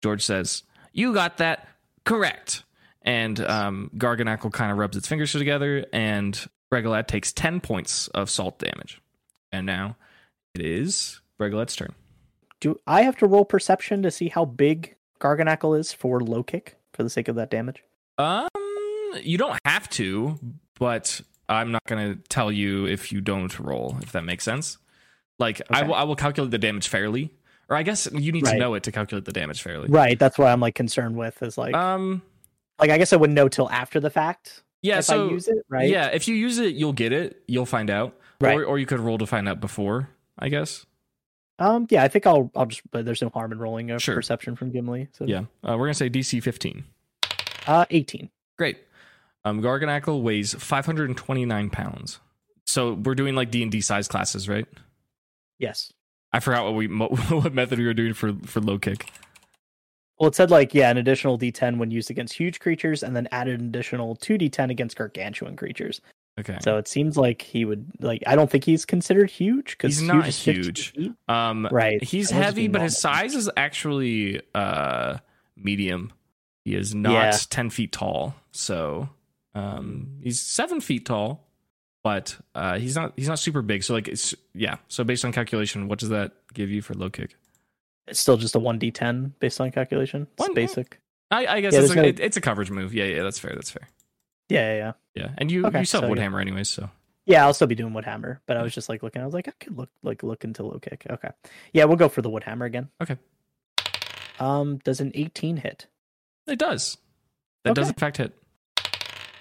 Speaker 1: George says, You got that correct. And um, Garganackle kind of rubs its fingers together, and Bregalad takes 10 points of salt damage. And now it is Bregalad's turn.
Speaker 2: Do I have to roll perception to see how big Garganackle is for low kick for the sake of that damage?
Speaker 1: Um, you don't have to, but I'm not gonna tell you if you don't roll. If that makes sense, like I
Speaker 2: Okay.
Speaker 1: will, I will calculate the damage fairly, or I guess you need to
Speaker 2: Right.
Speaker 1: know it to calculate the damage fairly.
Speaker 2: Right. That's what I'm like concerned with is like,
Speaker 1: Um,
Speaker 2: like I guess I wouldn't know till after the fact
Speaker 1: yeah.
Speaker 2: if
Speaker 1: so
Speaker 2: I use it, right?
Speaker 1: yeah, if you use it, you'll get it. You'll find out,
Speaker 2: Right.
Speaker 1: or or you could roll to find out before. I guess.
Speaker 2: Um, yeah, I think I'll, I'll just, but there's no harm in rolling a
Speaker 1: Sure.
Speaker 2: perception from Gimli. So
Speaker 1: Yeah, uh, we're gonna say DC 15.
Speaker 2: Uh, 18.
Speaker 1: Great. Um, Garganackle weighs 529 pounds. So we're doing like D and D size classes, right?
Speaker 2: Yes.
Speaker 1: I forgot what we mo- what method we were doing for for low kick.
Speaker 2: Well, it said like, yeah, an additional D10 when used against huge creatures and then added an additional 2D10 against gargantuan creatures.
Speaker 1: Okay.
Speaker 2: So it seems like he would like. I don't think he's considered huge because
Speaker 1: He's not
Speaker 2: is 15
Speaker 1: huge.
Speaker 2: feet.
Speaker 1: um,
Speaker 2: right?
Speaker 1: he's
Speaker 2: I was just
Speaker 1: heavy,
Speaker 2: being
Speaker 1: but his
Speaker 2: normal.
Speaker 1: size is actually uh medium. He is not
Speaker 2: Yeah.
Speaker 1: ten feet tall, so um, he's seven feet tall, but uh, he's not he's not super big. So like, it's yeah. So based on calculation, what does that give you for low kick?
Speaker 2: It's still just a one d10 based on calculation. It's
Speaker 1: One-
Speaker 2: basic.
Speaker 1: I, I guess
Speaker 2: Yeah,
Speaker 1: it's,
Speaker 2: there's
Speaker 1: a,
Speaker 2: no-
Speaker 1: it- it's a coverage move. Yeah, yeah, that's fair. That's fair.
Speaker 2: Yeah, yeah, yeah.
Speaker 1: Yeah, and you
Speaker 2: Okay,
Speaker 1: you sub
Speaker 2: so yeah.
Speaker 1: Woodhammer anyways, so
Speaker 2: Yeah, I'll still be doing wood hammer, but I was just like looking. I was like, I could look like look into low kick. Okay, yeah, we'll go for the wood hammer again.
Speaker 1: Okay.
Speaker 2: Um, does an 18 hit?
Speaker 1: it does. That does
Speaker 2: Okay.
Speaker 1: in fact hit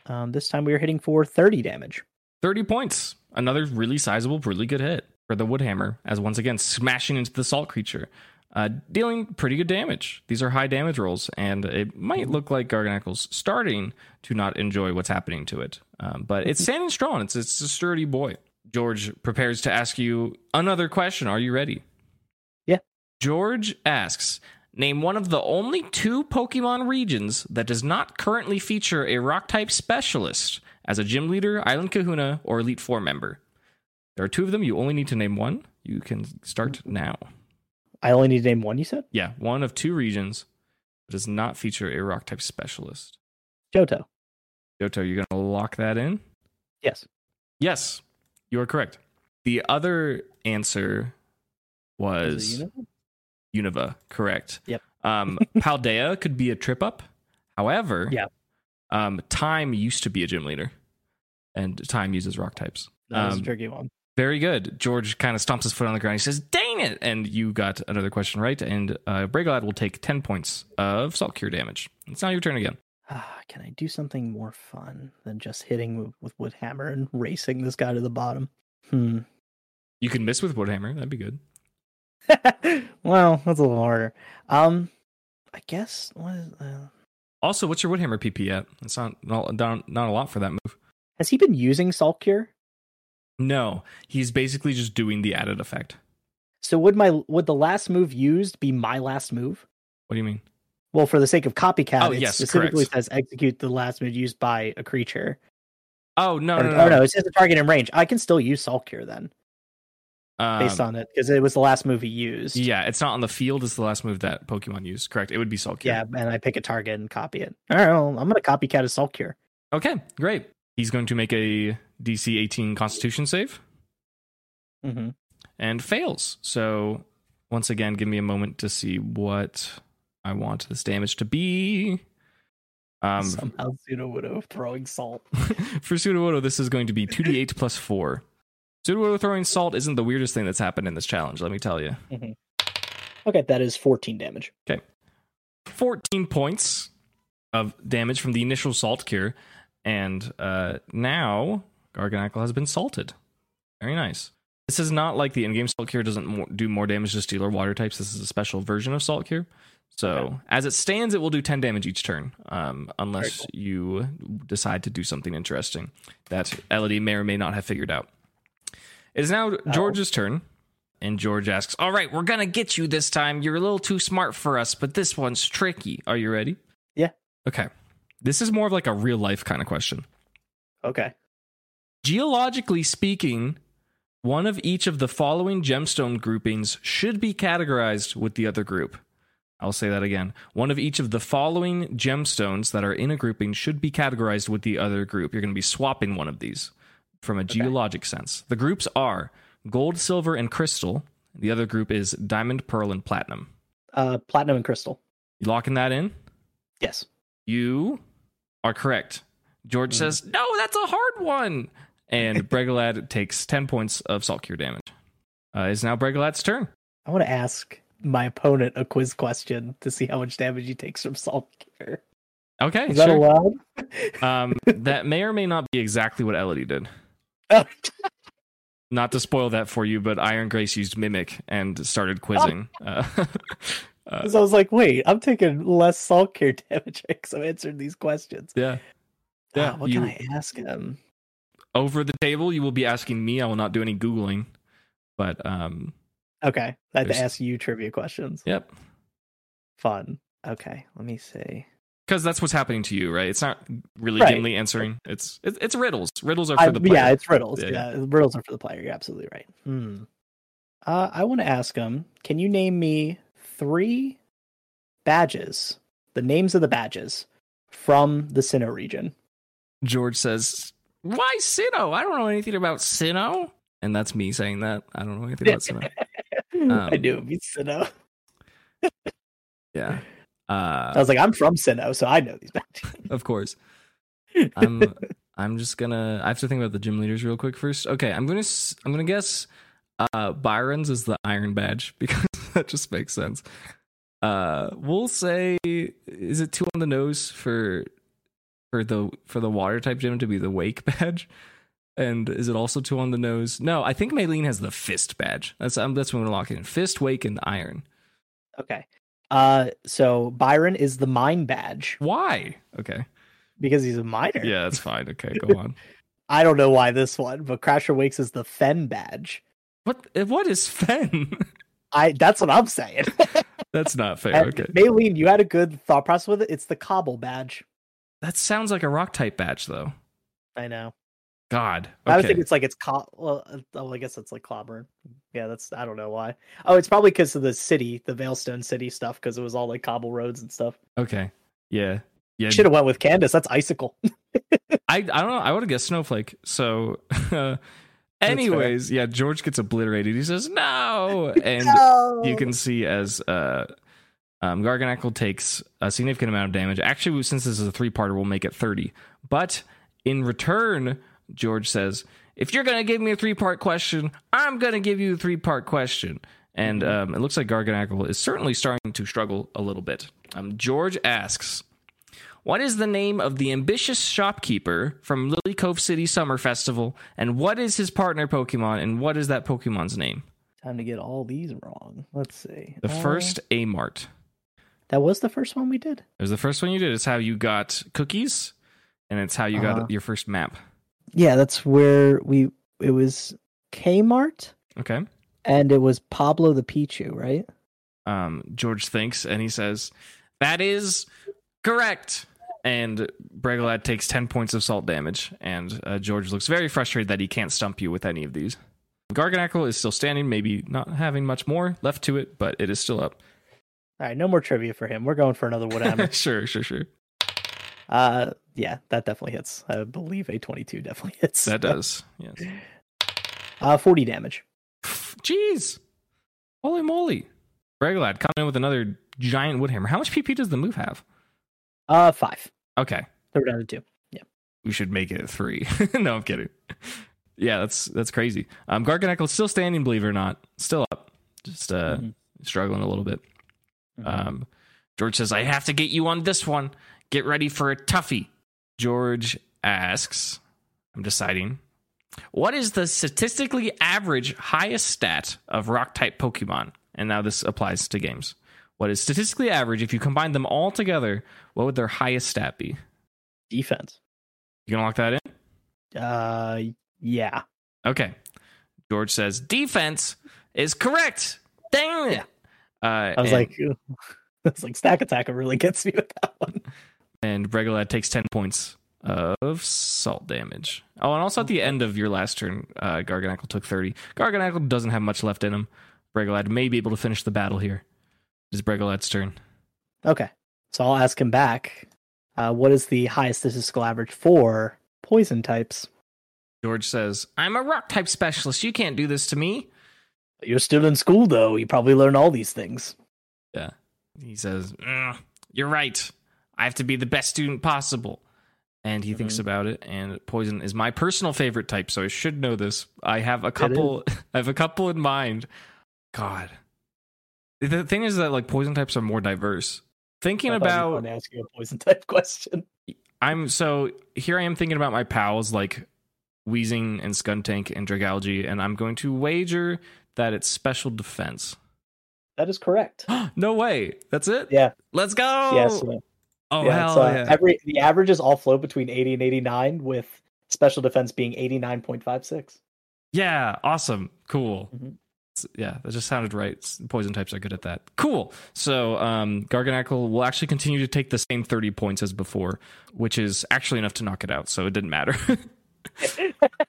Speaker 2: Um, this time we are hitting for 30 damage.
Speaker 1: thirty points. Another really sizable, really good hit for the Woodhammer, as once again smashing into the salt creature, uh, dealing pretty good damage. These are high damage rolls, and it might look like Garganackle's starting to not enjoy what's happening to it, um, but it's standing strong. It's it's a sturdy boy. George prepares to ask you another question. Are you ready?
Speaker 2: Yeah.
Speaker 1: George asks Name one of the only two Pokemon regions that does not currently feature a rock type specialist as a gym leader, Island Kahuna, or Elite Four member. There are two of them. You only need to name one. You can start now.
Speaker 2: I only need to name one. You said
Speaker 1: Yeah, one of two regions that does not feature a rock type specialist.
Speaker 2: Johto.
Speaker 1: Johto, you're going to lock that in?
Speaker 2: Yes.
Speaker 1: Yes, you are correct. The other answer was
Speaker 2: it Unova?
Speaker 1: Unova, correct.
Speaker 2: Yep.
Speaker 1: Um, Paldea could be a trip up. However,
Speaker 2: Yeah.
Speaker 1: um, Time used to be a gym leader, and Time uses rock types.
Speaker 2: That was a
Speaker 1: Um,
Speaker 2: tricky one.
Speaker 1: Very good. George kind of stomps his foot on the ground. He says, "Dang it!" And you got another question right. And uh, Bragalad will take ten points of salt cure damage. It's now your turn again.
Speaker 2: Ah, can I do something more fun than just hitting with, with wood hammer and racing this guy to the bottom? Hmm.
Speaker 1: You can miss with Woodhammer. That'd be good.
Speaker 2: well, that's a little harder. Um, I guess what is, uh,
Speaker 1: Also, what's your Woodhammer PP at? It's not not, not not a lot for that move.
Speaker 2: has he been using salt cure?
Speaker 1: No, he's basically just doing the added effect.
Speaker 2: So would my would the last move used be my last move?
Speaker 1: What do you mean?
Speaker 2: Well, for the sake of copycat,
Speaker 1: Oh,
Speaker 2: it
Speaker 1: yes,
Speaker 2: specifically
Speaker 1: correct.
Speaker 2: says execute the last move used by a creature.
Speaker 1: Oh no
Speaker 2: or,
Speaker 1: no no!
Speaker 2: or no, it says the target in range. I can still use salt cure then,
Speaker 1: Um,
Speaker 2: based on it, because it was the last move he used.
Speaker 1: yeah, it's not on the field. It's the last move that Pokemon used. Correct. It would be Sulkir.
Speaker 2: Yeah, and I pick a target and copy it. All right, well, I'm gonna copycat a salt cure.
Speaker 1: Okay. Great. He's going to make a DC 18 Constitution save
Speaker 2: Mm-hmm.
Speaker 1: and fails. So once again, give me a moment to see what I want this damage to be. Um,
Speaker 2: Somehow Pseudo would have throwing salt.
Speaker 1: for Sudowoodo, this is going to be 2d8 plus 4. Sudowoodo throwing salt isn't the weirdest thing that's happened in this challenge, let me tell you.
Speaker 2: Okay, that is 14 damage.
Speaker 1: 14 points of damage from the initial salt cure, and uh, now Garganacle has been salted. Very nice. This is not like the in-game salt cure doesn't mo- do more damage to steel or water types. This is a special version of salt cure. So as it stands, it will do 10 damage each turn, um, unless
Speaker 2: cool.
Speaker 1: you decide to do something interesting that Elodie may or may not have figured out. It is now George's turn. And George asks, All right, we're going to get you this time. You're a little too smart for us, but this one's tricky. Are you ready?
Speaker 2: Yeah.
Speaker 1: Okay. This is more of like a real life kind of question.
Speaker 2: Okay.
Speaker 1: Geologically speaking, one of each of the following gemstone groupings should be categorized with the other group. I'll say that again. One of each of the following gemstones that are in a grouping should be categorized with the other group. You're going to be swapping one of these from a geologic sense. The groups are gold, silver, and crystal. The other group is diamond, pearl, and platinum.
Speaker 2: Uh, platinum and crystal.
Speaker 1: You locking that in?
Speaker 2: Yes.
Speaker 1: You are correct. George says,
Speaker 2: Mm.
Speaker 1: No, that's a hard one. And Bregalad takes 10 points of salt cure damage. Uh, it's now Bregalad's turn.
Speaker 2: I want to ask my opponent a quiz question to see how much damage he takes from salt cure.
Speaker 1: Okay.
Speaker 2: Is that
Speaker 1: sure.
Speaker 2: allowed?
Speaker 1: um, that may or may not be exactly what Elodie did.
Speaker 2: Oh.
Speaker 1: Not to spoil that for you, but Iron Grace used Mimic and
Speaker 2: Oh.
Speaker 1: started quizzing. Uh, uh,
Speaker 2: Because I was like, wait, I'm taking less salt cure damage because I'm answering these questions.
Speaker 1: yeah. Yeah,
Speaker 2: Ah, what
Speaker 1: you-
Speaker 2: can I ask him?
Speaker 1: Over the table, you will be asking me. I will not do any Googling. But um,
Speaker 2: Okay. I have to
Speaker 1: There's-
Speaker 2: ask you trivia questions.
Speaker 1: yep.
Speaker 2: Fun. Okay. Let me see.
Speaker 1: because that's what's happening to you, right? It's not really
Speaker 2: Right.
Speaker 1: dimly answering. It's it's, it's riddles. Riddles are for
Speaker 2: I,
Speaker 1: the player.
Speaker 2: yeah, it's riddles.
Speaker 1: Yeah,
Speaker 2: Yeah,
Speaker 1: yeah.
Speaker 2: riddles are for the player. You're absolutely right. Hmm. Uh, I want to ask him. Can you name me three badges? The names of the badges from the Sinnoh region.
Speaker 1: George says, "Why Sinnoh? I don't know anything about Sinnoh." And that's me saying that I don't know anything about Sinnoh.
Speaker 2: I
Speaker 1: Um,
Speaker 2: knew it'd be Sinnoh.
Speaker 1: Yeah,
Speaker 2: I
Speaker 1: uh,
Speaker 2: was like, I'm from Sinnoh, so I know these badges.
Speaker 1: of course. I'm I'm just gonna. I have to think about the gym leaders real quick first. Okay, I'm gonna s- I'm gonna guess uh, Byron's is the Iron Badge because that just makes sense. Uh, we'll say is it two on the nose for for the for the water type gym to be the Wake Badge, and is it also two on the nose? No, I think Maylene has the Fist Badge. That's um, that's when we're locking in Fist, Wake, and Iron.
Speaker 2: okay. Uh, so Byron is the mine badge
Speaker 1: Why? Okay,
Speaker 2: because he's a miner.
Speaker 1: yeah, that's fine. Okay, go on.
Speaker 2: I don't know why this one, but Crasher Wakes is the Fen badge.
Speaker 1: What eh, what is Fen?
Speaker 2: I that's what I'm saying.
Speaker 1: that's not fair.
Speaker 2: And
Speaker 1: Okay.
Speaker 2: Maylene, you had a good thought process with it. It's the cobble badge.
Speaker 1: That sounds like a rock type badge, though.
Speaker 2: I know.
Speaker 1: God.
Speaker 2: I would think
Speaker 1: Okay.
Speaker 2: it's like it's co- well, uh, well, I guess it's like Cloburn. Yeah, that's I don't know why. Oh, it's probably because of the city, the Veilstone City stuff, because it was all like cobble roads and stuff.
Speaker 1: Okay. Yeah. Yeah.
Speaker 2: Should have went with Candace. That's icicle.
Speaker 1: I I don't know. I would have guessed Snowflake. So, anyways, yeah, George gets obliterated. He says no, and you can see as uh, um, Garganackle takes a significant amount of damage. Actually, since this is a three-parter, we'll make it thirty. But in return, George says, "If you're gonna give me a three-part question, I'm gonna give you a three-part question." And um, it looks like Garganackle is certainly starting to struggle a little bit. Um, George asks. What is the name of the ambitious shopkeeper from Lily Cove City Summer Festival? And what is his partner Pokemon? And what is that Pokemon's name?
Speaker 2: Time to get all these wrong. Let's see.
Speaker 1: The
Speaker 2: Uh,
Speaker 1: first A Mart.
Speaker 2: that was the first one we did.
Speaker 1: It was the first one you did. It's how you got cookies, and it's how you
Speaker 2: Uh-huh.
Speaker 1: got your first map.
Speaker 2: Yeah, that's where we. It was Kmart
Speaker 1: Okay.
Speaker 2: and it was Pablo the Pichu, right?
Speaker 1: Um, George thinks, and he says, "That is correct." And Bregalad takes ten points of salt damage, and uh, George looks very frustrated that he can't stump you with any of these. Garganackle is still standing, maybe not having much more left to it, but it is still up.
Speaker 2: All right, no more trivia for him. We're going for another wood hammer.
Speaker 1: sure, sure, sure.
Speaker 2: uh, yeah, that definitely hits. I believe a twenty-two definitely hits.
Speaker 1: That does. Yes.
Speaker 2: Uh, forty damage.
Speaker 1: Jeez. Holy moly. Bregalad coming in with another giant wood hammer. How much PP does the move have?
Speaker 2: Uh, five.
Speaker 1: Okay.
Speaker 2: So we're down to two.
Speaker 1: We should make it three. no, I'm kidding. Yeah, that's that's crazy. Um Garganackle's still standing, believe it or not. Still up. Just uh
Speaker 2: Mhm.
Speaker 1: struggling a little bit.
Speaker 2: Mm-hmm. Uh,
Speaker 1: Um, George says, I have to get you on this one. Get ready for a toughie. George asks, I'm deciding, what is the statistically average highest stat of rock type Pokemon? And now this applies to games. What is statistically average? If you combine them all together, what would their highest stat be?
Speaker 2: defense.
Speaker 1: You gonna lock that in?
Speaker 2: Uh, yeah.
Speaker 1: Okay. George says, defense is correct. Dang it. Uh,
Speaker 2: I
Speaker 1: and-
Speaker 2: was like, "Ew." I was like, stack attacker really gets me with that one.
Speaker 1: and Bregalad takes 10 points of salt damage. Oh, and also at the end of your last turn, uh, Garganackle took 30. Garganackle doesn't have much left in him. Bregalad may be able to finish the battle here. It's Bregalad's turn.
Speaker 2: Okay, so I'll ask him back. Uh, what is the highest statistical average for poison types?
Speaker 1: George says, I'm a rock type specialist. You can't do this to me.
Speaker 2: You're still in school, though. You probably learn all these things.
Speaker 1: He says, "Mm, You're right. I have to be the best student possible. And he thinks
Speaker 2: Mhm.
Speaker 1: about it, and poison is my personal favorite type, so I should know this. I have a couple. I have a couple in mind. God, the thing is that like poison types are more diverse. Thinking
Speaker 2: I thought you were
Speaker 1: about
Speaker 2: going to ask you a poison type question.
Speaker 1: I'm so here I am thinking about my pals like Wheezing and Skuntank and Dragalge, and I'm going to wager that it's special defense.
Speaker 2: That is correct.
Speaker 1: no way. That's it?
Speaker 2: Yeah.
Speaker 1: Let's go.
Speaker 2: Yes.
Speaker 1: Oh
Speaker 2: yeah, uh,
Speaker 1: hell
Speaker 2: so
Speaker 1: yeah.
Speaker 2: every the averages all flow between 80 and 89 with special defense being 89.56.
Speaker 1: Yeah, awesome, cool.
Speaker 2: Mhm.
Speaker 1: S- Yeah, that just sounded right. S- Poison types are good at that. Cool. So, um, Garganackle will actually continue to take the same 30 points as before, which is actually enough to knock it out. So it didn't matter.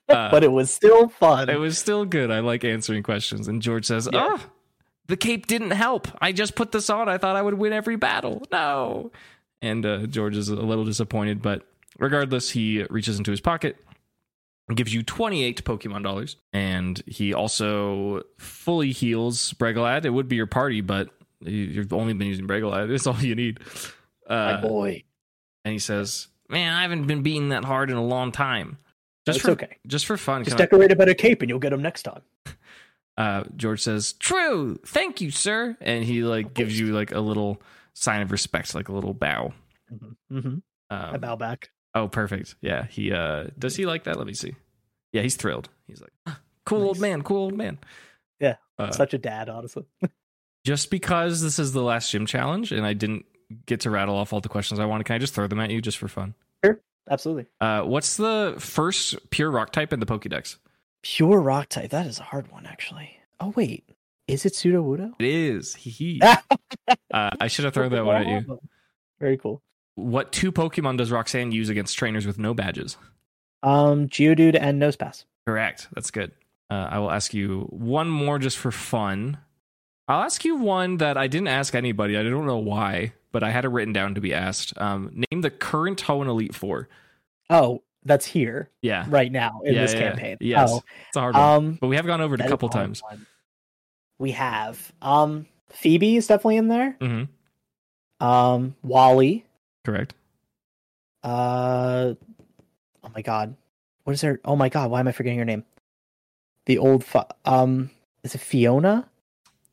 Speaker 1: Uh,
Speaker 2: but it was still fun.
Speaker 1: it was still good. I like answering questions. And George says,
Speaker 2: Yeah.
Speaker 1: "Ah, the cape didn't help. I just put this on. I thought I would win every battle. No." And uh, George is a little disappointed, but regardless, he reaches into his pocket and gives you 28 Pokemon dollars. And he also fully heals Bregalad. It would be your party, but you- you've only been using Bregalad. It's all you need.
Speaker 2: my
Speaker 1: Uh,
Speaker 2: boy.
Speaker 1: and he says, Man, I haven't been beaten that hard in a long time. Just
Speaker 2: That's
Speaker 1: for,
Speaker 2: okay.
Speaker 1: Just for fun.
Speaker 2: Just
Speaker 1: can I-
Speaker 2: decorate a better cape and you'll get them next time.
Speaker 1: uh, George says, "True, thank you, sir," and he like gives you like a little sign of respect, like a little bow.
Speaker 2: Mm-hmm. hmm I
Speaker 1: Um,
Speaker 2: bow back.
Speaker 1: oh, perfect. Yeah, he uh, does he like that? Let me see. Yeah, he's thrilled. He's like, "Ah, "Cool old
Speaker 2: Nice.
Speaker 1: man, cool old man."
Speaker 2: Yeah,
Speaker 1: Uh,
Speaker 2: Such a dad, honestly.
Speaker 1: just because this is the last gym challenge, and I didn't get to rattle off all the questions I wanted, can I just throw them at you just for fun?
Speaker 2: Absolutely.
Speaker 1: Uh, what's the first pure rock type in the Pokédex?
Speaker 2: Pure rock type. That is a hard one, actually. Oh wait, is it pseudo wudo?
Speaker 1: It is. Hee hee. uh, I should have thrown that one at you.
Speaker 2: Very cool.
Speaker 1: What two Pokemon does Roxanne use against trainers with no badges?
Speaker 2: Um, Geodude and Nosepass.
Speaker 1: Correct. That's good. Uh, I will ask you one more just for fun. I'll ask you one that I didn't ask anybody. I don't know why, but I had it written down to be asked. Um, name the current Hoenn Elite Four.
Speaker 2: Oh, that's here
Speaker 1: Yeah.
Speaker 2: right now in
Speaker 1: yeah,
Speaker 2: this
Speaker 1: yeah,
Speaker 2: campaign.
Speaker 1: Yeah. Yes.
Speaker 2: Oh,
Speaker 1: It's a hard one.
Speaker 2: um,
Speaker 1: but we have gone over it
Speaker 2: that
Speaker 1: a
Speaker 2: is
Speaker 1: couple
Speaker 2: a hard
Speaker 1: times.
Speaker 2: one. We have um Phoebe is definitely in there.
Speaker 1: hmm
Speaker 2: Um, Wally.
Speaker 1: Correct.
Speaker 2: Uh, oh my god, what is her? Oh my god, why am I forgetting her name? The old fu- um, is it Fiona?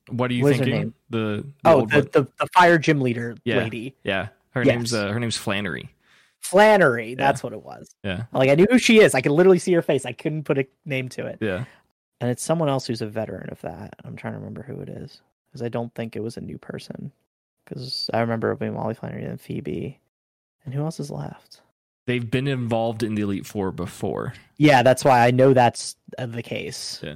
Speaker 1: What are you
Speaker 2: What is her
Speaker 1: thinking?
Speaker 2: name?
Speaker 1: The, the
Speaker 2: Oh,
Speaker 1: old
Speaker 2: the,
Speaker 1: one?
Speaker 2: the the fire gym leader
Speaker 1: Yeah.
Speaker 2: lady,
Speaker 1: yeah. Her
Speaker 2: Yes.
Speaker 1: name's uh, her name's Flannery.
Speaker 2: Flannery. That's what it was.
Speaker 1: Yeah.
Speaker 2: Like I knew who she is. I could literally see her face. I couldn't put a name to it.
Speaker 1: Yeah.
Speaker 2: And it's someone else who's a veteran of that. I'm trying to remember who it is because I don't think it was a new person. Because I remember it being Molly Flannery and Phoebe, and who else is left?
Speaker 1: They've been involved in the Elite Four before.
Speaker 2: Yeah, that's why I know that's uh, the case.
Speaker 1: Yeah.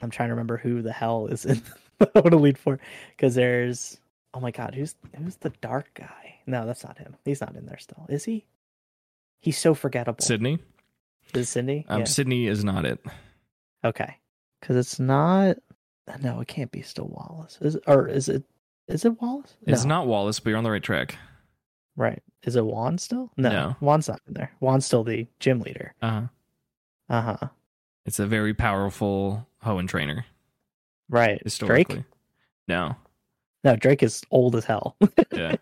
Speaker 2: I'm trying to remember who the hell is in the Hoenn Elite Four because there's oh my god, who's who's the dark guy? No, that's not him. He's not in there still, is he? He's so forgettable.
Speaker 1: Sydney?
Speaker 2: Is it Cindy?
Speaker 1: Um,
Speaker 2: yeah.
Speaker 1: Sydney is not it.
Speaker 2: Okay, because it's not. No, it can't be still Wallace. Is or is it? Is it Wallace?
Speaker 1: It's
Speaker 2: No.
Speaker 1: not Wallace, but you're on the right track.
Speaker 2: Right. Is it Juan still? No,
Speaker 1: No.
Speaker 2: Juan's not in there. Juan's still the gym leader.
Speaker 1: Uh huh.
Speaker 2: Uh huh.
Speaker 1: It's a very powerful Hoenn trainer
Speaker 2: Right.
Speaker 1: historically.
Speaker 2: Drake?
Speaker 1: No.
Speaker 2: No, Drake is old as hell.
Speaker 1: Yeah.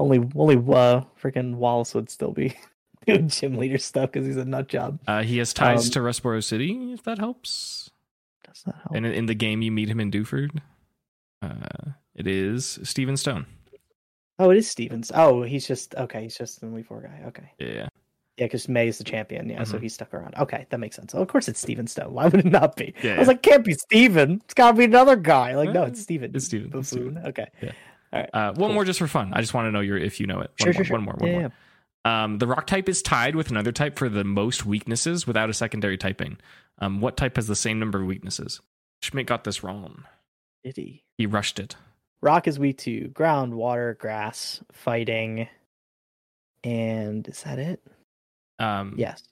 Speaker 2: only, only uh, freaking Wallace would still be doing gym leader stuff because he's a nut job.
Speaker 1: Uh, he has ties
Speaker 2: Um,
Speaker 1: to Rustboro City, if that helps.
Speaker 2: That's not help.
Speaker 1: And in the game, you meet him in Duford. Uh, it is Steven Stone.
Speaker 2: oh, it is Stevens. Oh, he's just okay. He's just an Elite Four guy. Okay.
Speaker 1: Yeah.
Speaker 2: Yeah, because May is the champion. Yeah, so
Speaker 1: Mhm.
Speaker 2: he's stuck around. Okay, that makes sense. Oh, of course, it's Steven Stone. Why would it not be?
Speaker 1: Yeah,
Speaker 2: I was
Speaker 1: yeah.
Speaker 2: like, can't be Steven. It's got to be another guy. Like, no,
Speaker 1: Eh,
Speaker 2: it's Steven.
Speaker 1: it's Steven, it's Steven.
Speaker 2: Buffoon. Okay.
Speaker 1: Uh, one
Speaker 2: Cool.
Speaker 1: more just for fun. I just want to know your if you know it. One
Speaker 2: Sure,
Speaker 1: more,
Speaker 2: sure, sure.
Speaker 1: One more. One
Speaker 2: Yeah,
Speaker 1: more.
Speaker 2: yeah.
Speaker 1: Um, the rock type is tied with another type for the most weaknesses without a secondary typing. Um, what type has the same number of weaknesses? Schmidt got this wrong.
Speaker 2: Did he?
Speaker 1: He rushed it.
Speaker 2: Rock is weak to ground, water, grass, fighting, and is that it?
Speaker 1: Um,
Speaker 2: Yes,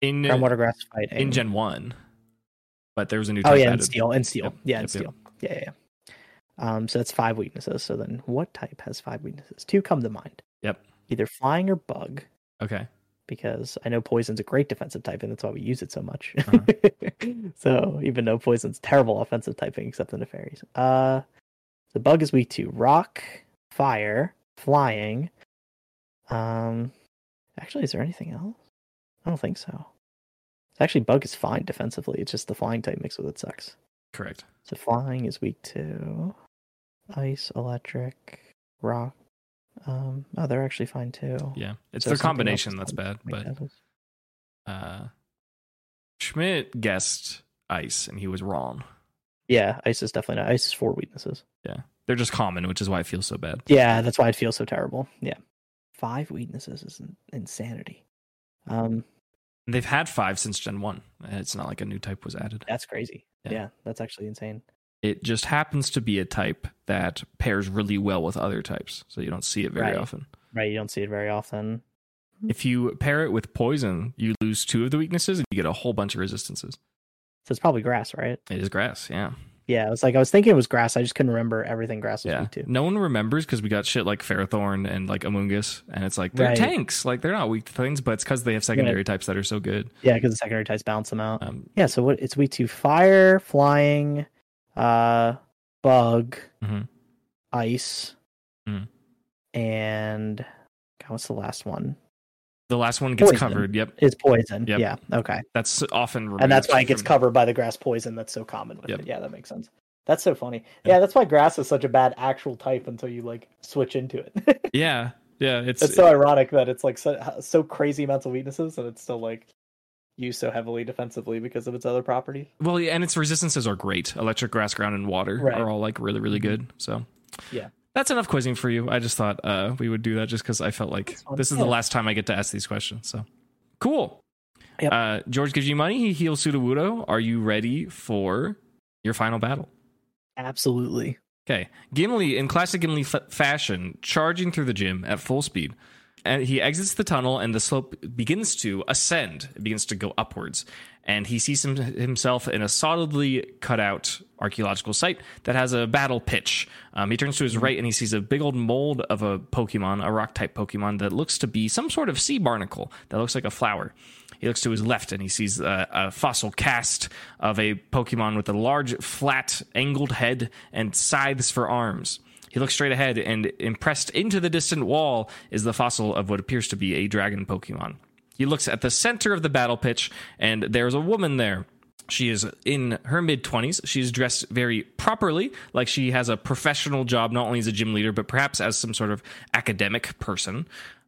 Speaker 1: In
Speaker 2: ground, water, grass, fighting.
Speaker 1: in Gen One, but there was a new type
Speaker 2: oh yeah, and
Speaker 1: added.
Speaker 2: steel and steel.
Speaker 1: Yep,
Speaker 2: Yeah,
Speaker 1: yep,
Speaker 2: and
Speaker 1: yep.
Speaker 2: steel. Yeah, yeah, yeah. Um, so that's five weaknesses. So then, what type has five weaknesses? Two come to mind.
Speaker 1: Yep.
Speaker 2: Either flying or bug,
Speaker 1: Okay.
Speaker 2: because I know poison's a great defensive type, and that's why we use it so much. so even though poison's terrible offensive typing, except in the fairies. Uh, the bug is weak to rock, fire, flying. Um, actually, is there anything else? I don't think so. Actually, bug is fine defensively. It's just the flying type mixed with it sucks.
Speaker 1: Correct.
Speaker 2: So flying is weak to ice, electric, rock. Um, oh, they're actually fine too.
Speaker 1: Yeah. It's
Speaker 2: So
Speaker 1: their
Speaker 2: something else
Speaker 1: combination
Speaker 2: is
Speaker 1: that's
Speaker 2: fine.
Speaker 1: bad,
Speaker 2: Like,
Speaker 1: but
Speaker 2: that was-
Speaker 1: uh, Schmidt guessed ice, and he was wrong.
Speaker 2: yeah, ice is definitely not. Ice is four weaknesses.
Speaker 1: They're just common, which is why it feels so bad.
Speaker 2: Yeah, that's why it feels so terrible. Yeah, five weaknesses is in- insanity. Um,
Speaker 1: And they've had five since Gen One. It's not like a new type was added.
Speaker 2: that's crazy.
Speaker 1: Yeah.
Speaker 2: Yeah, that's actually insane.
Speaker 1: It just happens to be a type that pairs really well with other types, so you don't see it very
Speaker 2: Right.
Speaker 1: often.
Speaker 2: Right, you don't see it very often.
Speaker 1: If you pair it with poison, you lose two of the weaknesses and you get a whole bunch of resistances.
Speaker 2: So it's probably grass, right?
Speaker 1: It is grass, yeah.
Speaker 2: Yeah, it was like I was thinking it was grass. I just couldn't remember everything grass was
Speaker 1: Yeah.
Speaker 2: weak to.
Speaker 1: No one remembers because we got shit like Ferrothorn and like Amoongus, and it's like they're
Speaker 2: Right.
Speaker 1: tanks. Like they're not weak to things, but it's because they have secondary types that are so good.
Speaker 2: Yeah, because the secondary types bounce them out.
Speaker 1: Um,
Speaker 2: Yeah, so what it's weak to fire, flying, uh bug,
Speaker 1: Mhm.
Speaker 2: ice,
Speaker 1: Mhm.
Speaker 2: and God, what's the last one?
Speaker 1: the last one gets
Speaker 2: Poison.
Speaker 1: covered. Yep,
Speaker 2: It's poison.
Speaker 1: Yep.
Speaker 2: Yeah. Okay.
Speaker 1: that's often removed
Speaker 2: And that's why it gets
Speaker 1: from-
Speaker 2: covered by the grass poison that's so common with
Speaker 1: Yep.
Speaker 2: it. Yeah, that makes sense. That's so funny.
Speaker 1: Yeah.
Speaker 2: Yeah. that's why grass is such a bad actual type until you like switch into it.
Speaker 1: Yeah, yeah. It's,
Speaker 2: it's so ironic that it's like so, so crazy amounts of weaknesses and it's still like used so heavily defensively because of its other properties.
Speaker 1: well, yeah, and its resistances are great. Electric, grass, ground, and water
Speaker 2: Right. Mm-hmm.
Speaker 1: are all like really, really good. So
Speaker 2: Yeah.
Speaker 1: that's enough quizzing for you. I just thought uh, we would do that just because I felt like
Speaker 2: That's fine.
Speaker 1: this is
Speaker 2: Yeah.
Speaker 1: the last time I get to ask these questions. So cool.
Speaker 2: Yep.
Speaker 1: Uh, George gives you money. He heals Sudowoodo. Are you ready for your final battle?
Speaker 2: Absolutely.
Speaker 1: Okay. Gimli, in classic Gimli f- fashion, charging through the gym at full speed. and he exits the tunnel and the slope begins to ascend it begins to go upwards and he sees him, himself in a solidly cut out archaeological site that has a battle pitch um, he turns to his right and he sees a big old mold of a pokemon a rock type pokemon that looks to be some sort of sea barnacle that looks like a flower he looks to his left and he sees a, a fossil cast of a pokemon with a large flat angled head and scythes for arms he looks straight ahead, and impressed into the distant wall is the fossil of what appears to be a dragon Pokemon. He looks at the center of the battle pitch, and there's a woman there. She is in her mid 20s. She's dressed very properly, like she has a professional job, not only as a gym leader, but perhaps as some sort of academic person.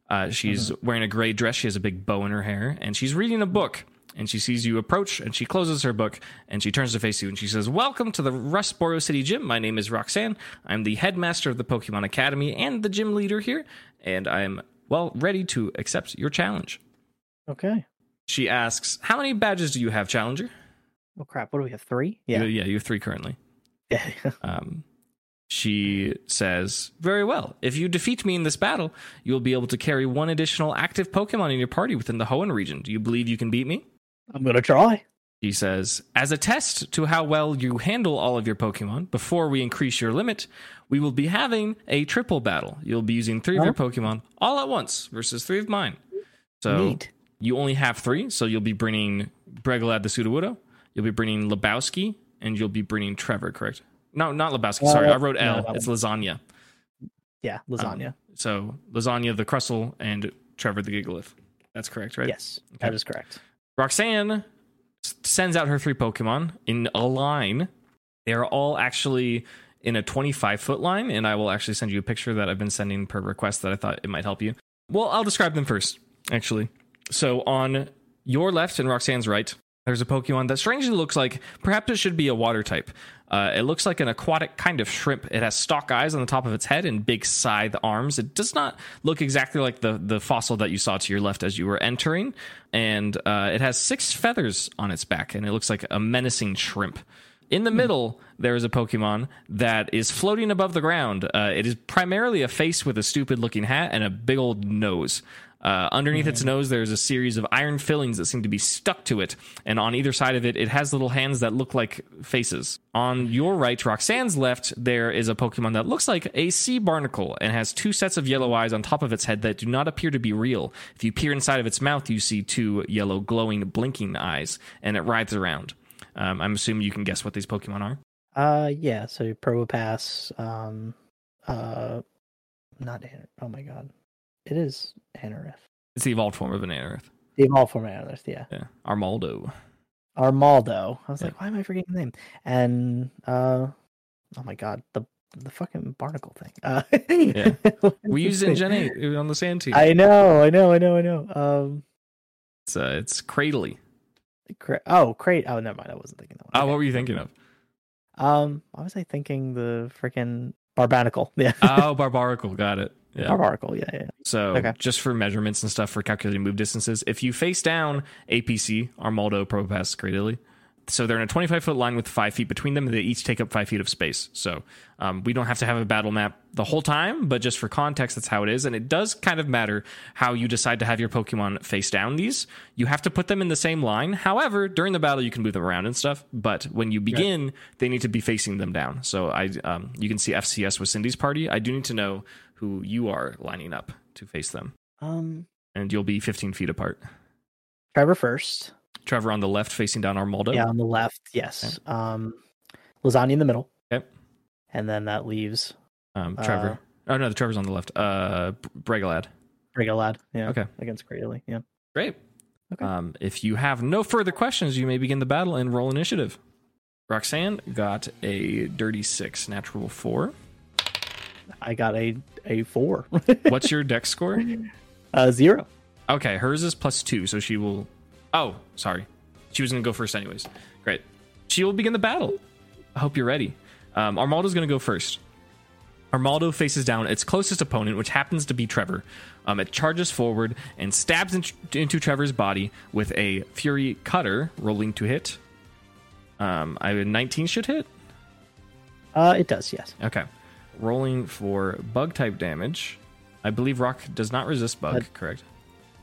Speaker 1: Uh, she's wearing a gray dress. She has a big bow in her hair, and she's reading a book and she sees you approach and she closes her book and she turns to face you and she says, Welcome to the Rustboro City Gym. My name is Roxanne. I'm the headmaster of the Pokemon Academy and the gym leader here, and I'm well ready to accept your challenge.
Speaker 2: Okay.
Speaker 1: She asks, How many badges do you have, Challenger?
Speaker 2: Oh crap! What do we have? Three?
Speaker 1: You,
Speaker 2: Yeah.
Speaker 1: yeah, you have three currently.
Speaker 2: Yeah.
Speaker 1: Um, she says, Very well. If you defeat me in this battle, you'll be able to carry one additional active Pokemon in your party within the Hoenn region. Do you believe you can beat me?
Speaker 2: I'm gonna try.
Speaker 1: He says, as a test to how well you handle all of your Pokemon before we increase your limit, we will be having a triple battle. You'll be using three of your Pokemon all at once versus three of mine. So
Speaker 2: Neat.
Speaker 1: you only have three, so you'll be bringing Bregalad the Sudowoodo, you'll be bringing Lebowski, and you'll be bringing Trevor, correct? No, not Lebowski. Sorry, I wrote
Speaker 2: Uh, no,
Speaker 1: L.
Speaker 2: that
Speaker 1: it's lasagna.
Speaker 2: Yeah.
Speaker 1: um,
Speaker 2: Lasagna.
Speaker 1: So lasagna the Crustle and Trevor the Gigalith. That's correct, right?
Speaker 2: Yes, that is correct.
Speaker 1: Roxanne s- sends out her three Pokemon in a line. They are all actually in a 25 foot line, and I will actually send you a picture that I've been sending per request that I thought it might help you. Well, I'll describe them first, actually. So on your left and Roxanne's right, there's a Pokemon that strangely looks like perhaps it should be a water type. Uh, it looks like an aquatic kind of shrimp. It has stalk eyes on the top of its head and big scythe arms. It does not look exactly like the, the fossil that you saw to your left as you were entering. And uh, it has six feathers on its back, and it looks like a menacing shrimp. In the middle, there is a Pokemon that is floating above the ground. Uh, it is primarily a face with a stupid looking hat and a big old nose. Uh, underneath its nose, there is a series of iron fillings that seem to be stuck to it. And on either side of it, it has little hands that look like faces. On your right, Roxanne's left, there is a Pokemon that looks like a sea barnacle and has two sets of yellow eyes on top of its head that do not appear to be real. If you peer inside of its mouth, you see two yellow, glowing, blinking eyes, and it writhes around. Um, I'm assuming you can guess what these Pokemon are.
Speaker 2: Uh, yeah. So Probopass. Um, uh, not Haner- Oh my god, it is Hanorith.
Speaker 1: It's the evolved form of an Anorith.
Speaker 2: The evolved form of Hanorith. Yeah.
Speaker 1: Yeah, Armaldo.
Speaker 2: Armaldo. I was
Speaker 1: Yeah.
Speaker 2: like, why am I forgetting the name? And uh, oh my god, the the fucking barnacle thing. Uh,
Speaker 1: Yeah.
Speaker 2: what is
Speaker 1: We used
Speaker 2: his
Speaker 1: it in
Speaker 2: name?
Speaker 1: Gen 8 it was on the sand team.
Speaker 2: I know, I know, I know, I know. Um,
Speaker 1: It's, uh, it's Cradley.
Speaker 2: cra- oh, crate. Oh, never mind. I wasn't thinking that one.
Speaker 1: Oh, what
Speaker 2: Okay.
Speaker 1: were you thinking of?
Speaker 2: Um, why was I thinking the freaking barbanical? Yeah,
Speaker 1: Oh, Barbarical. Got it. Yeah.
Speaker 2: barbarical. Yeah, yeah.
Speaker 1: So
Speaker 2: Okay.
Speaker 1: just for measurements and stuff for calculating move distances, if you face down APC, Armaldo, Propass, Great Italy, so they're in a 25 foot line with five feet between them. They each take up five feet of space. So um, we don't have to have a battle map the whole time, but just for context, that's how it is. And it does kind of matter how you decide to have your Pokemon face down these. You have to put them in the same line. However, during the battle, you can move them around and stuff. But when you begin, they need to be facing them down. So I, um, you can see FCS with Cindy's party. I do need to know who you are lining up to face them,
Speaker 2: Um,
Speaker 1: and you'll be 15 feet apart.
Speaker 2: Trevor first.
Speaker 1: Trevor on the left, facing down Armaldo.
Speaker 2: Yeah, on the left. Yes. Um, lasagna in the middle.
Speaker 1: Yep.
Speaker 2: And then that leaves
Speaker 1: Um,
Speaker 2: Uh,
Speaker 1: Trevor. oh no, the Trevor's on the left. Uh, Bregalad.
Speaker 2: Regalad. Yeah.
Speaker 1: Okay.
Speaker 2: Against Cradley. Yeah.
Speaker 1: Great.
Speaker 2: Okay.
Speaker 1: Um, if you have no further questions, you may begin the battle and roll initiative. Roxanne got a dirty six, natural four.
Speaker 2: I got a a four.
Speaker 1: What's your deck score?
Speaker 2: uh, zero.
Speaker 1: Okay, hers is plus two, so she will. Oh, sorry. She was going to go first, anyways. Great. She will begin the battle. I hope you're ready. Um, Armaldo's going to go first. Armaldo faces down its closest opponent, which happens to be Trevor. Um, it charges forward and stabs in- into Trevor's body with a Fury Cutter, rolling to hit. Um, I 19 should hit.
Speaker 2: Uh, it does. Yes.
Speaker 1: Okay. Rolling for bug type damage. I believe rock does not resist bug, correct?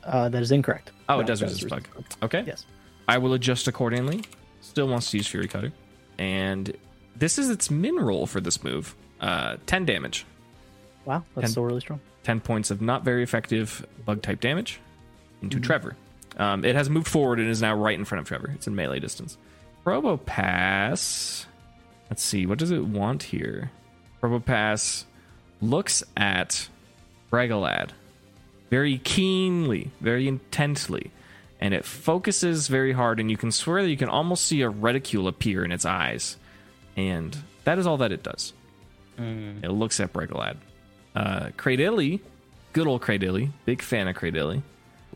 Speaker 2: Uh, that is incorrect.
Speaker 1: Oh,
Speaker 2: No,
Speaker 1: it does
Speaker 2: that
Speaker 1: resist
Speaker 2: is
Speaker 1: bug. Okay.
Speaker 2: Yes.
Speaker 1: I will adjust accordingly. Still wants to use Fury Cutter. And this is its min roll for this move. Uh, 10 damage.
Speaker 2: Wow, that's
Speaker 1: Ten.
Speaker 2: still really strong.
Speaker 1: 10 points of not very effective bug type damage into Trevor. Um, it has moved forward and is now right in front of Trevor. It's in melee distance. Probopass. Let's see. What does it want here? Probopass looks at Bregalad very keenly, very intently, and it focuses very hard. And you can swear that you can almost see a reticule appear in its eyes. And that is all that it does. It looks at Bregalad. Uh, Cradilly, good old Cradilly, big fan of Cradilly,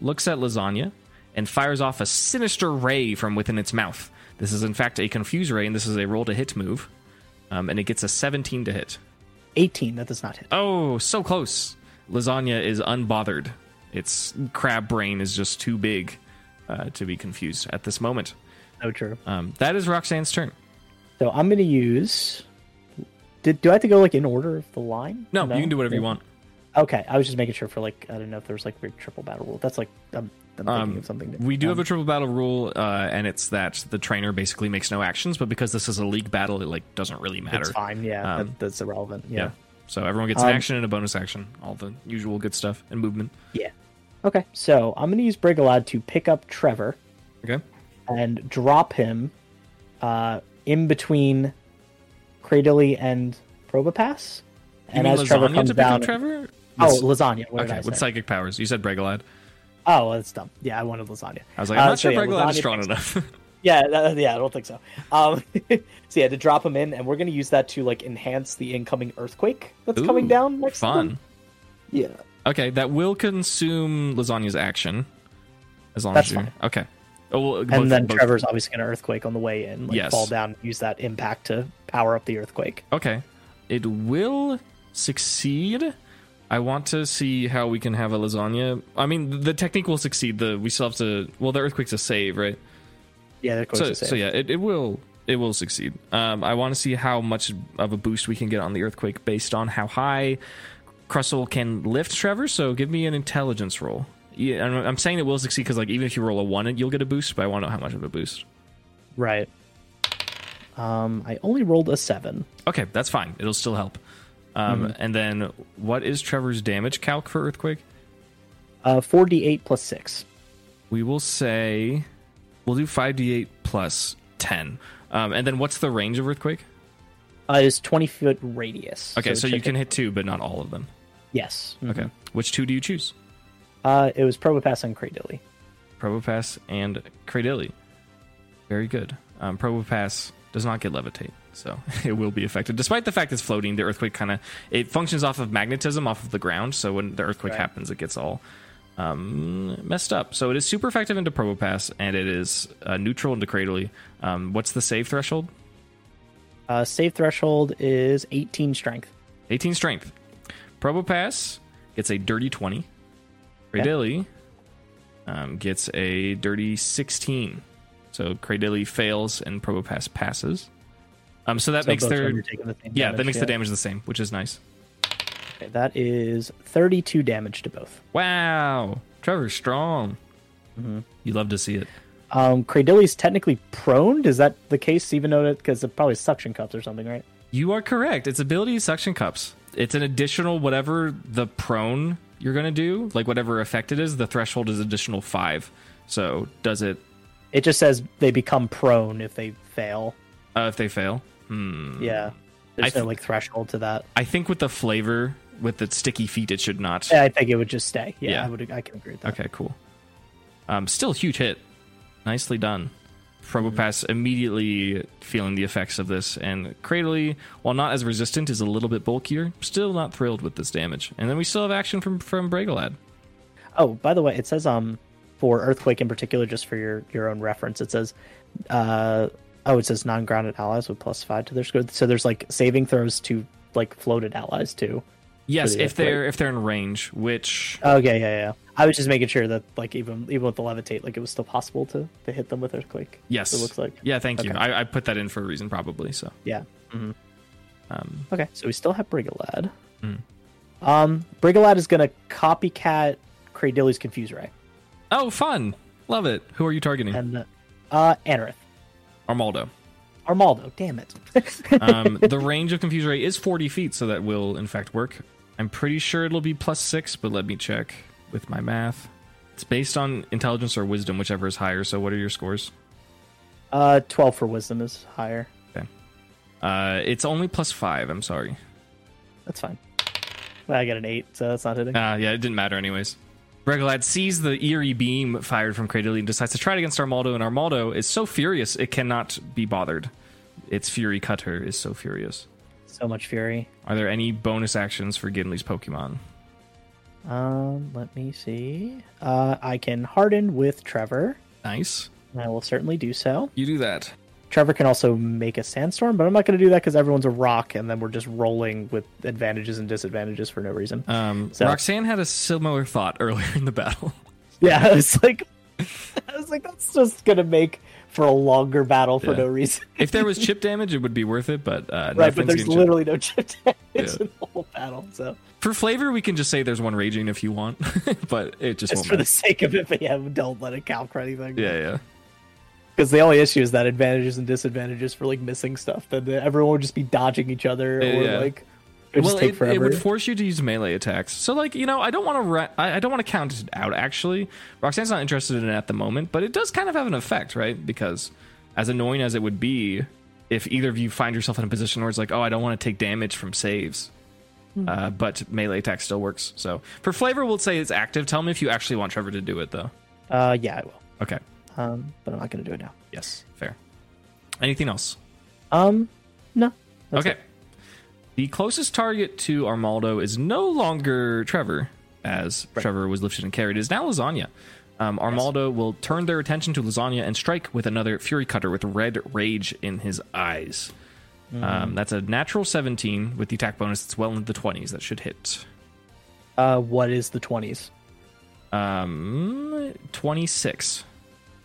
Speaker 1: looks at Lasagna and fires off a sinister ray from within its mouth. This is, in fact, a confuse ray, and this is a roll to hit move. Um, and it gets a 17 to hit.
Speaker 2: 18, that does not hit.
Speaker 1: Oh, so close. Lasagna is unbothered. Its crab brain is just too big uh, to be confused at this moment.
Speaker 2: No, true.
Speaker 1: Um, that is Roxanne's turn.
Speaker 2: So I'm going to use. Did, do I have to go like in order of the line?
Speaker 1: No, you can do whatever you want.
Speaker 2: Okay, I was just making sure for like I don't know if there was like weird triple battle rule. That's like I'm, I'm thinking
Speaker 1: Um,
Speaker 2: of something.
Speaker 1: we do have a triple battle rule, uh, and it's that the trainer basically makes no actions, but because this is a league battle, it like doesn't really matter.
Speaker 2: It's fine. Yeah,
Speaker 1: Um,
Speaker 2: that, that's irrelevant.
Speaker 1: Yeah.
Speaker 2: Yeah.
Speaker 1: So everyone gets an
Speaker 2: Um,
Speaker 1: action and a bonus action, all the usual good stuff and movement.
Speaker 2: Okay, so I'm going to use Brigalad to pick up Trevor
Speaker 1: Okay.
Speaker 2: and drop him uh, in between Cradilly and Probopass.
Speaker 1: You
Speaker 2: And
Speaker 1: mean
Speaker 2: as Trevor
Speaker 1: lasagna
Speaker 2: comes
Speaker 1: to pick
Speaker 2: down,
Speaker 1: up Trevor?
Speaker 2: oh
Speaker 1: With-
Speaker 2: lasagna. What
Speaker 1: okay.
Speaker 2: did I
Speaker 1: With
Speaker 2: say?
Speaker 1: psychic powers, you said Bregalad.
Speaker 2: Oh, that's dumb. Yeah, I wanted lasagna.
Speaker 1: I was like, I'm
Speaker 2: Uh,
Speaker 1: not
Speaker 2: so
Speaker 1: sure
Speaker 2: yeah,
Speaker 1: Bregalad is
Speaker 2: lasagna
Speaker 1: strong
Speaker 2: picks-
Speaker 1: enough.
Speaker 2: Yeah, that, yeah, I don't think so. Um, so yeah, to drop him in, and we're going to use that to like enhance the incoming earthquake that's coming
Speaker 1: Ooh,
Speaker 2: down next. to them.
Speaker 1: Fun.
Speaker 2: Yeah.
Speaker 1: Okay, that will consume lasagna's action, as long
Speaker 2: That's
Speaker 1: as you.
Speaker 2: fine.
Speaker 1: Okay. Oh, well,
Speaker 2: And
Speaker 1: both-
Speaker 2: then
Speaker 1: both-
Speaker 2: Trevor's obviously going to earthquake on the way in, like
Speaker 1: Yes.
Speaker 2: fall down, use that impact to power up the earthquake.
Speaker 1: Okay. It will succeed. I want to see how we can have a lasagna. I mean, the technique will succeed. The we still have to. Well, the earthquake's a save, right?
Speaker 2: Yeah, they're
Speaker 1: So,
Speaker 2: going
Speaker 1: so yeah, it, it will it will succeed. Um, I want to see how much of a boost we can get on the earthquake based on how high Crustle can lift Trevor. So give me an intelligence roll. Yeah, I'm, I'm saying it will succeed because like even if you roll a one, you'll get a boost. But I want to know how much of a boost.
Speaker 2: Right. Um, I only rolled a seven.
Speaker 1: Okay, that's fine. It'll still help. Um,
Speaker 2: Mm-hmm.
Speaker 1: And then what is Trevor's damage calc for earthquake?
Speaker 2: Uh, forty-eight plus six.
Speaker 1: we will say we'll do 5d8 plus 10 um, and then what's the range of earthquake
Speaker 2: Uh, is twenty foot radius.
Speaker 1: okay so, you
Speaker 2: check
Speaker 1: can
Speaker 2: it-
Speaker 1: hit two but not all of them
Speaker 2: Yes. Mhm.
Speaker 1: okay which two do you choose
Speaker 2: Uh, it was Probopass and Cradilly.
Speaker 1: probopass and cradilly very good um, probopass does not get levitate so it will be affected despite the fact it's floating the earthquake kind of it functions off of magnetism off of the ground so when the earthquake
Speaker 2: Right.
Speaker 1: happens it gets all um, messed up so it is super effective into probopass and it is uh, neutral into cradilly um, what's the save threshold
Speaker 2: Uh, save threshold is eighteen strength.
Speaker 1: 18 strength. Probopass gets a dirty 20. Cradilly um, gets a dirty 16. So Cradilly fails and Probopass passes. Um, so that
Speaker 2: So
Speaker 1: makes
Speaker 2: both
Speaker 1: their
Speaker 2: of them are taking the same
Speaker 1: yeah, that
Speaker 2: damage,
Speaker 1: makes the damage the same, which is nice.
Speaker 2: Okay, that is thirty-two damage to both.
Speaker 1: Wow, Trevor's strong.
Speaker 2: Mm-hmm.
Speaker 1: You love to see it.
Speaker 2: Um, Cradilly's technically prone. Is that the case? Even though it because it probably suction cups or something, right?
Speaker 1: You are correct. Its ability is suction cups. It's an additional whatever the prone you're gonna do, like whatever effect it is. The threshold is additional five. So does it
Speaker 2: It just says they become prone if they fail.
Speaker 1: uh, if they fail?
Speaker 2: Yeah.
Speaker 1: Hmm. I
Speaker 2: There's
Speaker 1: th-
Speaker 2: no like threshold to that.
Speaker 1: I think with the flavor, with the sticky feet, it should not.
Speaker 2: Yeah, I think it would just stay. Yeah,
Speaker 1: Yeah.
Speaker 2: I would. I can agree with that.
Speaker 1: Okay, cool. Um, still a huge hit. Nicely done.
Speaker 2: Mm-hmm.
Speaker 1: Probopass immediately feeling the effects of this, and Cradley, while not as resistant, is a little bit bulkier. Still not thrilled with this damage. And then we still have action from from Bregalad.
Speaker 2: Oh, by the way, it says um for earthquake in particular, just for your your own reference, it says uh oh, it says non grounded allies with plus five to their score. So there's like saving throws to like floated allies too.
Speaker 1: Yes,
Speaker 2: Pretty Oh,
Speaker 1: if
Speaker 2: accurate.
Speaker 1: they're if they're in range, which
Speaker 2: Okay, yeah, yeah. I was just making sure that like even even with the levitate, like it was still possible to to hit them with earthquake.
Speaker 1: yes,
Speaker 2: it looks like.
Speaker 1: yeah. Thank you.
Speaker 2: Okay.
Speaker 1: I, I put that in for a reason, probably. So
Speaker 2: Yeah.
Speaker 1: um, Mm.
Speaker 2: Okay, so we still have Brigalad. Um, Brigalat is going to copycat Cradilly's Confuse Ray
Speaker 1: Oh, fun. Love it. Who are you targeting?
Speaker 2: and uh, uh, Anorith.
Speaker 1: Armaldo.
Speaker 2: Armaldo, damn it.
Speaker 1: Um, the range of Confuse Ray is 40 feet, so that will, in fact, work. I'm pretty sure it'll be plus six, but let me check with my math. It's based on intelligence or wisdom, whichever is higher. So, what are your scores?
Speaker 2: uh, 12 for wisdom is higher.
Speaker 1: Uh, it's only plus five. I'm sorry.
Speaker 2: That's fine. Well, I got an 8, so that's not hitting.
Speaker 1: Uh, yeah, it didn't matter anyways. Regalad sees the eerie beam fired from Cradilly and decides to try it against Armaldo, and Armaldo is so furious it cannot be bothered. Its Fury Cutter is so furious.
Speaker 2: so much fury.
Speaker 1: Are there any bonus actions for Gimli's Pokemon?
Speaker 2: Um, let me see. Uh, I can harden with Trevor.
Speaker 1: Nice.
Speaker 2: and I will certainly do so.
Speaker 1: You do that.
Speaker 2: Trevor can also make a sandstorm, but I'm not going to do that because everyone's a rock, and then we're just rolling with advantages and disadvantages for no reason.
Speaker 1: Um,
Speaker 2: So-
Speaker 1: Roxanne had a similar thought earlier in the battle.
Speaker 2: yeah, I was like, I was like, that's just going to make for a longer battle for
Speaker 1: Yeah.
Speaker 2: no reason.
Speaker 1: if there was chip damage, it would be worth it, but uh, nothing's
Speaker 2: right, but there's
Speaker 1: getting chip-
Speaker 2: literally no chip damage
Speaker 1: Yeah.
Speaker 2: in the whole battle, so
Speaker 1: For flavor, we can just say there's one raging if you want, but it just,
Speaker 2: just
Speaker 1: won't
Speaker 2: for the
Speaker 1: matter.
Speaker 2: sake of it, but yeah, don't let it count for anything.
Speaker 1: Yeah, yeah.
Speaker 2: because the only issue is that advantages and disadvantages for like missing stuff. Then everyone would just be dodging each other,
Speaker 1: Yeah,
Speaker 2: or
Speaker 1: yeah.
Speaker 2: like it would just take
Speaker 1: it, it
Speaker 2: forever.
Speaker 1: would force you to use melee attacks. So, like, you know, I don't want to. Ra- I, I don't want to count it out. Actually, Roxanne's not interested in it at the moment, but it does kind of have an effect, right? Because as annoying as it would be, if either of you find yourself in a position where it's like, oh, I don't want to take damage from saves,
Speaker 2: Hmm.
Speaker 1: uh, but melee attack still works. So, for flavor, we'll say it's active. Tell me if you actually want Trevor to do it, though.
Speaker 2: Uh, yeah, I will,
Speaker 1: Okay.
Speaker 2: um, but I'm not going to do it now.
Speaker 1: Yes. Fair. Anything else?
Speaker 2: Um, no,
Speaker 1: okay. The closest target to Armaldo is no longer Trevor, as Trevor was lifted and carried. It is now Lasagna. Um, Armaldo will turn their attention to Lasagna and strike with another Fury Cutter with red rage in his eyes.
Speaker 2: Mm-hmm.
Speaker 1: Um, that's a natural 17 with the attack bonus. It's well into the 20s. That should hit.
Speaker 2: uh, what is the twenties?
Speaker 1: Um, 26.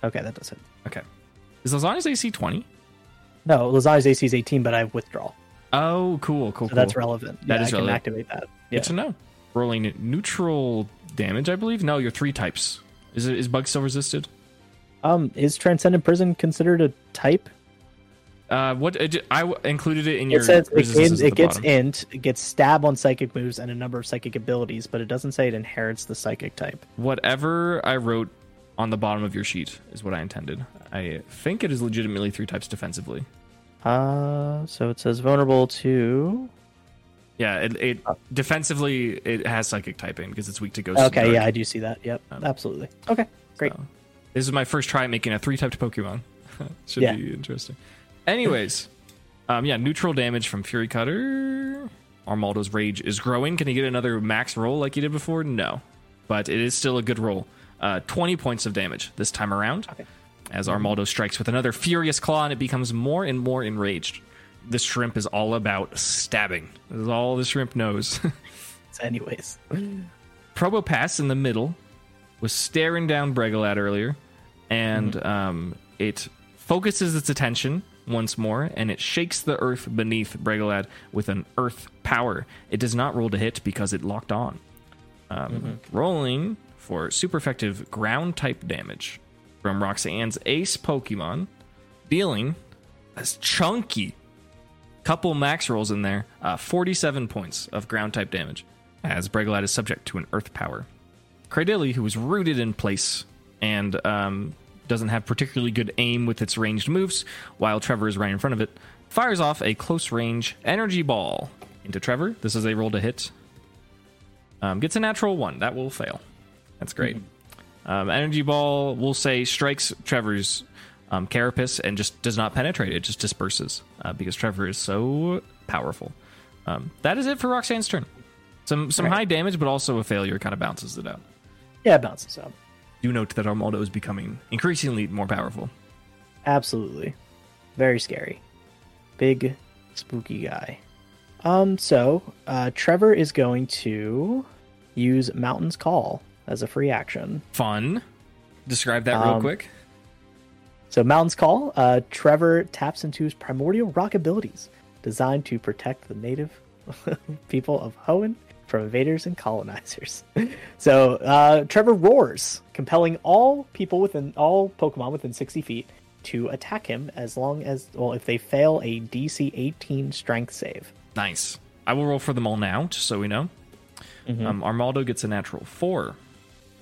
Speaker 2: Okay, that does it.
Speaker 1: Okay. Is Lasagna's AC 20?
Speaker 2: No, Lazani's AC is 18, but I have withdraw,
Speaker 1: Oh, cool, cool,
Speaker 2: so
Speaker 1: cool.
Speaker 2: that's relevant.
Speaker 1: That
Speaker 2: yeah,
Speaker 1: is
Speaker 2: I can
Speaker 1: relevant.
Speaker 2: activate that.
Speaker 1: Good
Speaker 2: Yeah,
Speaker 1: to know. Rolling neutral damage, I believe. No, you're three types. Is it is bug still resisted?
Speaker 2: um, is transcendent prison considered a type?
Speaker 1: Uh, what it, I w- included it in your
Speaker 2: It says it,
Speaker 1: resistances
Speaker 2: gains-
Speaker 1: at
Speaker 2: it
Speaker 1: the
Speaker 2: gets
Speaker 1: bottom.
Speaker 2: int, it gets stab on psychic moves and a number of psychic abilities, but it doesn't say it inherits the psychic type.
Speaker 1: Whatever I wrote on the bottom of your sheet is what I intended. I think it is legitimately three types defensively.
Speaker 2: Uh, so it says vulnerable to.
Speaker 1: Yeah, it, it
Speaker 2: Uh.
Speaker 1: defensively it has psychic typing because it's weak to ghost. and
Speaker 2: Okay,
Speaker 1: dark.
Speaker 2: yeah, I do see that. Yep, absolutely. Okay, great.
Speaker 1: So, this is my first try at making a three typed Pokemon. Should
Speaker 2: Yeah.
Speaker 1: be interesting. Anyways, um, yeah, neutral damage from Fury Cutter. Armaldo's rage is growing. Can he get another max roll like he did before? No, but it is still a good roll. Uh, Twenty points of damage this time around. As Armaldo strikes with another furious claw, and it becomes more and more enraged. This shrimp is all about stabbing. This is all the shrimp knows.
Speaker 2: So anyways,
Speaker 1: Probopass in the middle was staring down Bregalat earlier, and um, it focuses its attention once more, and it shakes the earth beneath Bregalat with an earth power. It does not roll to hit because it locked on. Um, Rolling for super effective ground type damage from Roxanne's ace Pokemon, dealing a chunky couple max rolls in there, uh, 47 points of ground type damage, as Bregalat is subject to an earth power. Cradilly, who is rooted in place and um, doesn't have particularly good aim with its ranged moves, while Trevor is right in front of it, fires off a close range energy ball into Trevor. This is a roll to hit. Um, gets a natural one. That will fail. That's great. Um, energy ball, we'll say, strikes Trevor's um, carapace and just does not penetrate. It just disperses uh, because Trevor is so powerful. Um, that is it for Roxanne's turn. Some some
Speaker 2: All right.
Speaker 1: high damage, but also a failure kind of bounces it out.
Speaker 2: yeah, it bounces up.
Speaker 1: Do note that Armaldo is becoming increasingly more powerful.
Speaker 2: Absolutely, very scary, big, spooky guy. Um, so uh, Trevor is going to use Mountain's Call as a free action.
Speaker 1: Fun. Describe that real
Speaker 2: Um,
Speaker 1: quick.
Speaker 2: So Mountain's Call, uh, Trevor taps into his primordial rock abilities, designed to protect the native people of Hoenn from invaders and colonizers. so uh, Trevor roars, compelling all people within all Pokemon within 60 feet to attack him as long as well if they fail a DC 18 Strength save.
Speaker 1: Nice. I will roll for them all now, just so we know.
Speaker 2: Mm-hmm.
Speaker 1: Um, Armaldo gets a natural four.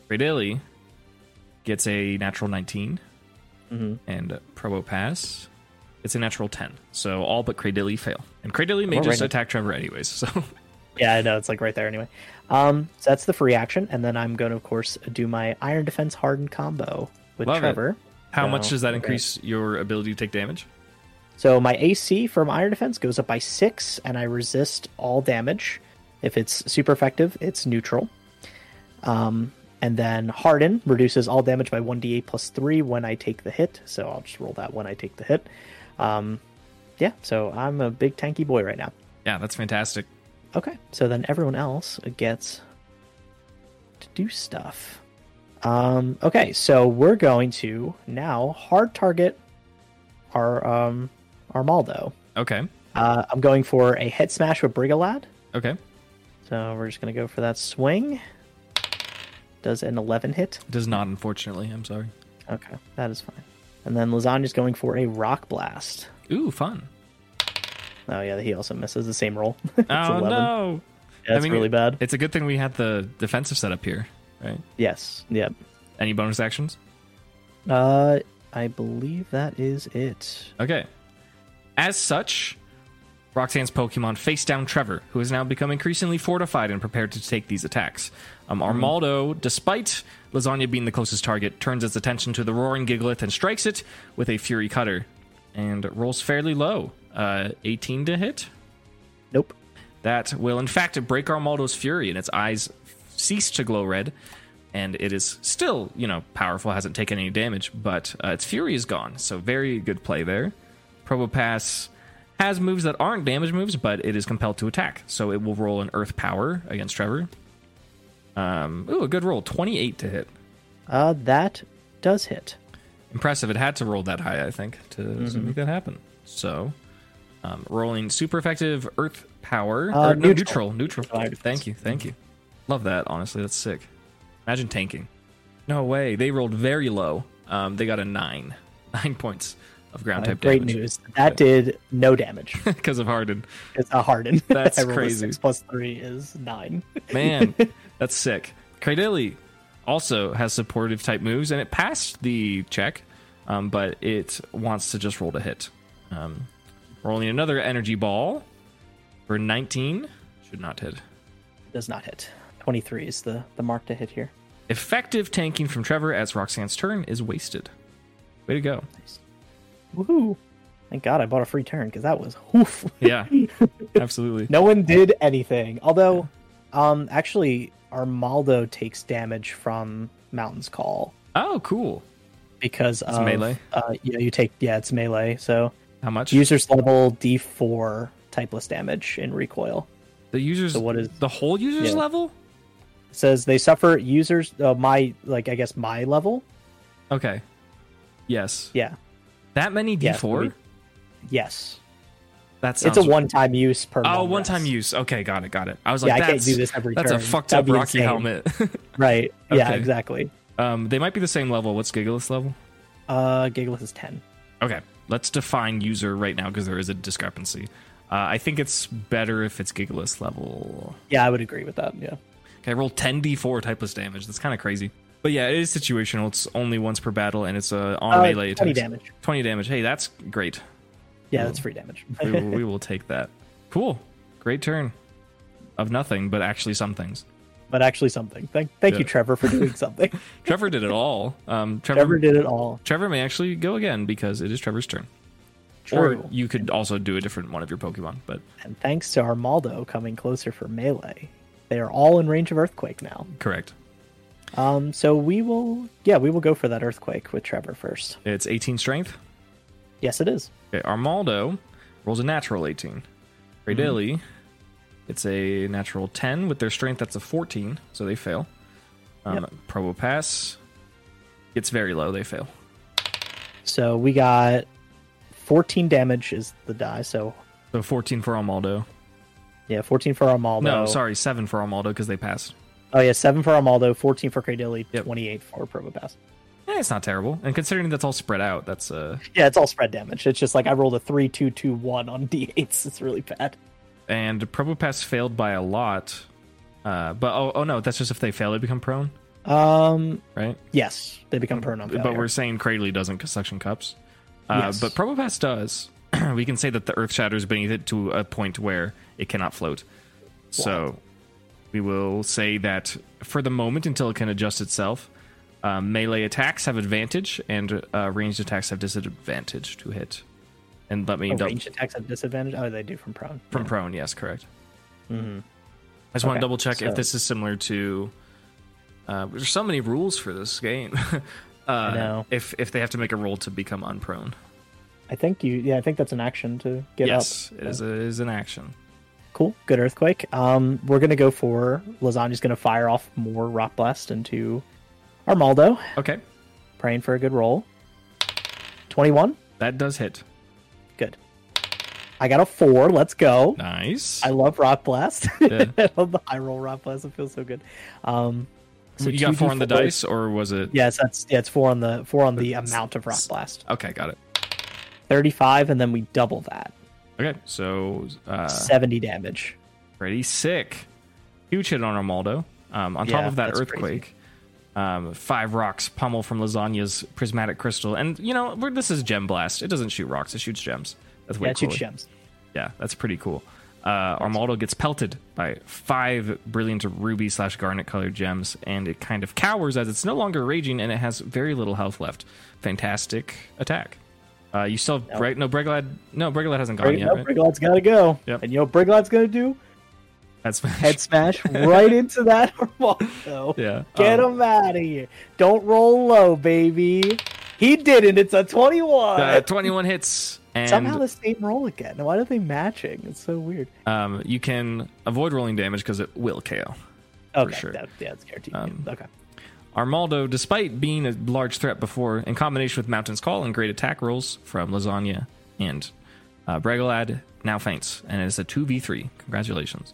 Speaker 1: Radilli gets a natural 19.
Speaker 2: Mm-hmm.
Speaker 1: And Probo Pass gets a natural 10. So all but Cradilli fail. And Cradilli may
Speaker 2: Oh,
Speaker 1: just
Speaker 2: right.
Speaker 1: attack Trevor anyways. So
Speaker 2: Yeah, I know it's like right there anyway. Um, so that's the free action, and then I'm going to of course do my Iron Defense Hardened combo with
Speaker 1: Love it.
Speaker 2: Trevor.
Speaker 1: how much
Speaker 2: No,
Speaker 1: does that
Speaker 2: okay.
Speaker 1: increase your ability to take damage?
Speaker 2: So my AC from Iron Defense goes up by six, and I resist all damage. If it's super effective, it's neutral. Um, and then Harden reduces all damage by 1d8 plus three when I take the hit. So I'll just roll that when I take the hit. Um, yeah, so I'm a big tanky boy right now.
Speaker 1: Yeah, that's fantastic.
Speaker 2: Okay, so then everyone else gets to do stuff. Um, okay, so we're going to now hard target our um, Armaldo.
Speaker 1: Okay.
Speaker 2: Uh, I'm going for a head smash with Brigalad.
Speaker 1: Okay.
Speaker 2: So we're just going to go for that swing. Does an 11 hit?
Speaker 1: Does not, unfortunately. I'm sorry.
Speaker 2: Okay, that is fine. And then Lasagna's going for a Rock Blast.
Speaker 1: Ooh, fun.
Speaker 2: Oh, yeah, he also misses the same roll.
Speaker 1: oh, no. I
Speaker 2: That's
Speaker 1: mean,
Speaker 2: really bad.
Speaker 1: It's a good thing we had the defensive setup here, right?
Speaker 2: yes, yep.
Speaker 1: Any bonus actions?
Speaker 2: Uh, I believe that is it.
Speaker 1: Okay. As such, Roxanne's Pokemon face down Trevor, who has now become increasingly fortified and prepared to take these attacks. Um, Armaldo, despite Lasagna being the closest target, turns its attention to the roaring Gigalith and strikes it with a Fury Cutter and rolls fairly low. Uh, 18 to hit?
Speaker 2: Nope.
Speaker 1: that will in fact break Armaldo's fury, and its eyes cease to glow red. And it is still, you know, powerful, hasn't taken any damage, but uh, its fury is gone. So very good play there. Probopass has moves that aren't damage moves, but it is compelled to attack. So it will roll an Earth Power against Trevor. Um, ooh, a good roll, twenty-eight to hit.
Speaker 2: Uh, that does hit.
Speaker 1: Impressive. It had to roll that high, I think, to, to make that happen. So, um, rolling super effective Earth Power.
Speaker 2: Uh,
Speaker 1: or no, neutral.
Speaker 2: neutral.
Speaker 1: Neutral.
Speaker 2: Neutral Iron
Speaker 1: Thank you. Thank you. Love that. Honestly, that's sick. Imagine tanking. No way. They rolled very low. Um, they got a nine. Nine points of ground type
Speaker 2: Great
Speaker 1: damage.
Speaker 2: news. That did no damage.
Speaker 1: Because of Harden.
Speaker 2: It's a harden.
Speaker 1: That's
Speaker 2: I rolled a
Speaker 1: crazy.
Speaker 2: Six plus three is nine.
Speaker 1: Man, that's sick. Cradilli also has supportive type moves, and it passed the check, um, but it wants to just roll to hit. Um, rolling another energy ball for 19. Should not hit.
Speaker 2: Does not hit. Twenty three is the the mark to hit here.
Speaker 1: Effective tanking from Trevor as Roxanne's turn is wasted. Way to go.
Speaker 2: Woohoo! Thank God I bought a free turn because that was oof.
Speaker 1: Yeah, absolutely.
Speaker 2: No one did anything. Although, um, actually, Armaldo takes damage from Mountain's Call
Speaker 1: Oh, cool.
Speaker 2: because of
Speaker 1: melee?
Speaker 2: Uh, yeah, you take yeah, it's melee. So
Speaker 1: How much?
Speaker 2: users level D four typeless damage in recoil.
Speaker 1: the user's.
Speaker 2: So what is-
Speaker 1: The whole user's
Speaker 2: Yeah.
Speaker 1: level?
Speaker 2: says they suffer users uh, my like I guess my level.
Speaker 1: Okay. Yes.
Speaker 2: Yeah.
Speaker 1: That many
Speaker 2: Yeah,
Speaker 1: D4?
Speaker 2: we- Yes.
Speaker 1: That's
Speaker 2: it's a one-time use per.
Speaker 1: Oh,
Speaker 2: long
Speaker 1: one time
Speaker 2: rest.
Speaker 1: use. Okay, got it, got it. I was
Speaker 2: Yeah,
Speaker 1: like,
Speaker 2: I can't
Speaker 1: that's,
Speaker 2: do this every
Speaker 1: that's a
Speaker 2: turn.
Speaker 1: fucked
Speaker 2: That'd
Speaker 1: up
Speaker 2: be
Speaker 1: Rocky
Speaker 2: insane.
Speaker 1: helmet.
Speaker 2: Right. Yeah.
Speaker 1: Okay.
Speaker 2: Exactly.
Speaker 1: um, they might be the same level. What's Gigalus level?
Speaker 2: Uh, Gigalith is ten.
Speaker 1: Okay, let's define user right now because there is a discrepancy. Uh, I think it's better if it's Gigalus level.
Speaker 2: Yeah, I would agree with that. Yeah.
Speaker 1: Okay, roll 10d4 typeless damage. That's kind of crazy. But yeah, it is situational. It's only once per battle, and it's uh, on
Speaker 2: Uh,
Speaker 1: melee.
Speaker 2: 20
Speaker 1: attacks.
Speaker 2: damage.
Speaker 1: 20 damage. Hey, that's great.
Speaker 2: Yeah, that's free damage.
Speaker 1: We will, we will take that. Cool. Great turn. Of nothing, but actually some things.
Speaker 2: but actually, something. Thank, thank you,
Speaker 1: Yeah.
Speaker 2: Trevor, for doing something.
Speaker 1: Trevor did it all. Um,
Speaker 2: Trevor did it all.
Speaker 1: Trevor may actually go again because it is Trevor's turn.
Speaker 2: True.
Speaker 1: Or you could also do a different one of your Pokemon, but
Speaker 2: And thanks to Armaldo coming closer for melee, they are all in range of earthquake now.
Speaker 1: correct.
Speaker 2: Um, so we will, yeah, we will go for that earthquake with Trevor first.
Speaker 1: It's 18 strength.
Speaker 2: Yes, it is.
Speaker 1: Okay, Armaldo rolls a natural 18. Radilli, it's a natural 10. With their strength, that's a 14, so they fail. Um, Probopass gets very low, they fail.
Speaker 2: So we got 14 damage is the die. So
Speaker 1: So 14 for Armaldo.
Speaker 2: Yeah, 14 for Armaldo.
Speaker 1: No, sorry, seven for Armaldo because they passed.
Speaker 2: Oh, yeah, 7 for Armaldo, 14 for Cardilli,
Speaker 1: Yep.
Speaker 2: 28 for Probopass.
Speaker 1: Eh, it's not terrible, and considering that's all spread out, that's uh,
Speaker 2: Yeah, it's all spread damage. It's just like I rolled a 3 2 2 1 on D8s. It's really bad.
Speaker 1: and Probopass failed by a lot. Uh, but oh, oh no, that's just if they fail to become prone,
Speaker 2: Um,
Speaker 1: right?
Speaker 2: Yes, they become pronoun
Speaker 1: But we're saying Cradley doesn't because suction cups. Uh,
Speaker 2: Oh, Yes.
Speaker 1: But Probopass does. we can say that the earth shatters beneath it to a point where it cannot float. So we will say that for the moment, until it can adjust itself, uh, melee attacks have advantage and uh, ranged attacks have disadvantage to hit. And let me
Speaker 2: Oh,
Speaker 1: dou-
Speaker 2: range attacks at disadvantage. Oh, they do from prone.
Speaker 1: from prone. Yes, correct. I just want to
Speaker 2: Mm-hmm. Okay,
Speaker 1: double check
Speaker 2: so-
Speaker 1: if this is similar to. Uh, there's so many rules for this game. uh,
Speaker 2: know.
Speaker 1: If if they have to make a roll to become unprone.
Speaker 2: I think you. Yeah, I think that's an action to get
Speaker 1: yes,
Speaker 2: up.
Speaker 1: it is, a, it is an action.
Speaker 2: Cool. Good earthquake. Um, we're gonna go for lasagna's gonna fire off more rock blast into Armaldo,
Speaker 1: Okay,
Speaker 2: praying for a good roll. Twenty-one.
Speaker 1: that does hit.
Speaker 2: Good. I got a four. Let's go.
Speaker 1: Nice.
Speaker 2: I love rock blast.
Speaker 1: Yeah.
Speaker 2: I love the high roll rock blast. It feels so good. Um, so
Speaker 1: you got
Speaker 2: 2d4
Speaker 1: four on the dice, or was it?
Speaker 2: Yes, that's yeah. It's four on the four on the amount of rock blast.
Speaker 1: Okay, got it.
Speaker 2: Thirty-five, and then we double that.
Speaker 1: Okay, so uh,
Speaker 2: 70 damage.
Speaker 1: pretty sick. Huge hit on Armaldo. Um, on top
Speaker 2: Yeah,
Speaker 1: of that
Speaker 2: that's
Speaker 1: earthquake, um, five rocks pummel from Lasagna's prismatic crystal, and you know we're, this is gem blast. It doesn't shoot rocks; it shoots gems. That's way
Speaker 2: Yeah, it shoots
Speaker 1: cooler.
Speaker 2: gems.
Speaker 1: Yeah, that's pretty cool. Uh, Armaldo gets pelted by five brilliant ruby slash garnet colored gems, and it kind of cowers as it's no longer raging and it has very little health left. Fantastic attack. Uh, you still have Bre- no Bregalad. No, Bregalad hasn't gone
Speaker 2: Brig-
Speaker 1: yet.
Speaker 2: no,
Speaker 1: right?
Speaker 2: Brigalad's gotta go.
Speaker 1: Yep.
Speaker 2: And you know what Brigalad's gonna do?
Speaker 1: That's
Speaker 2: Head smash right into that Armando.
Speaker 1: Yeah.
Speaker 2: Get
Speaker 1: Um,
Speaker 2: him out of here. Don't roll low, baby. He did it. It's a 21.
Speaker 1: uh, Twenty-one hits,
Speaker 2: Somehow
Speaker 1: and
Speaker 2: the same roll again. Why are they matching? It's so weird.
Speaker 1: um, you can avoid rolling damage because it will KO.
Speaker 2: Okay,
Speaker 1: sure. Um,
Speaker 2: that, yeah, it's guaranteed. okay.
Speaker 1: Armaldo, despite being a large threat before, in combination with Mountain's Call and great attack rolls from Lasagna and uh, Bregalad, now faints, and it's a 2v3. Congratulations.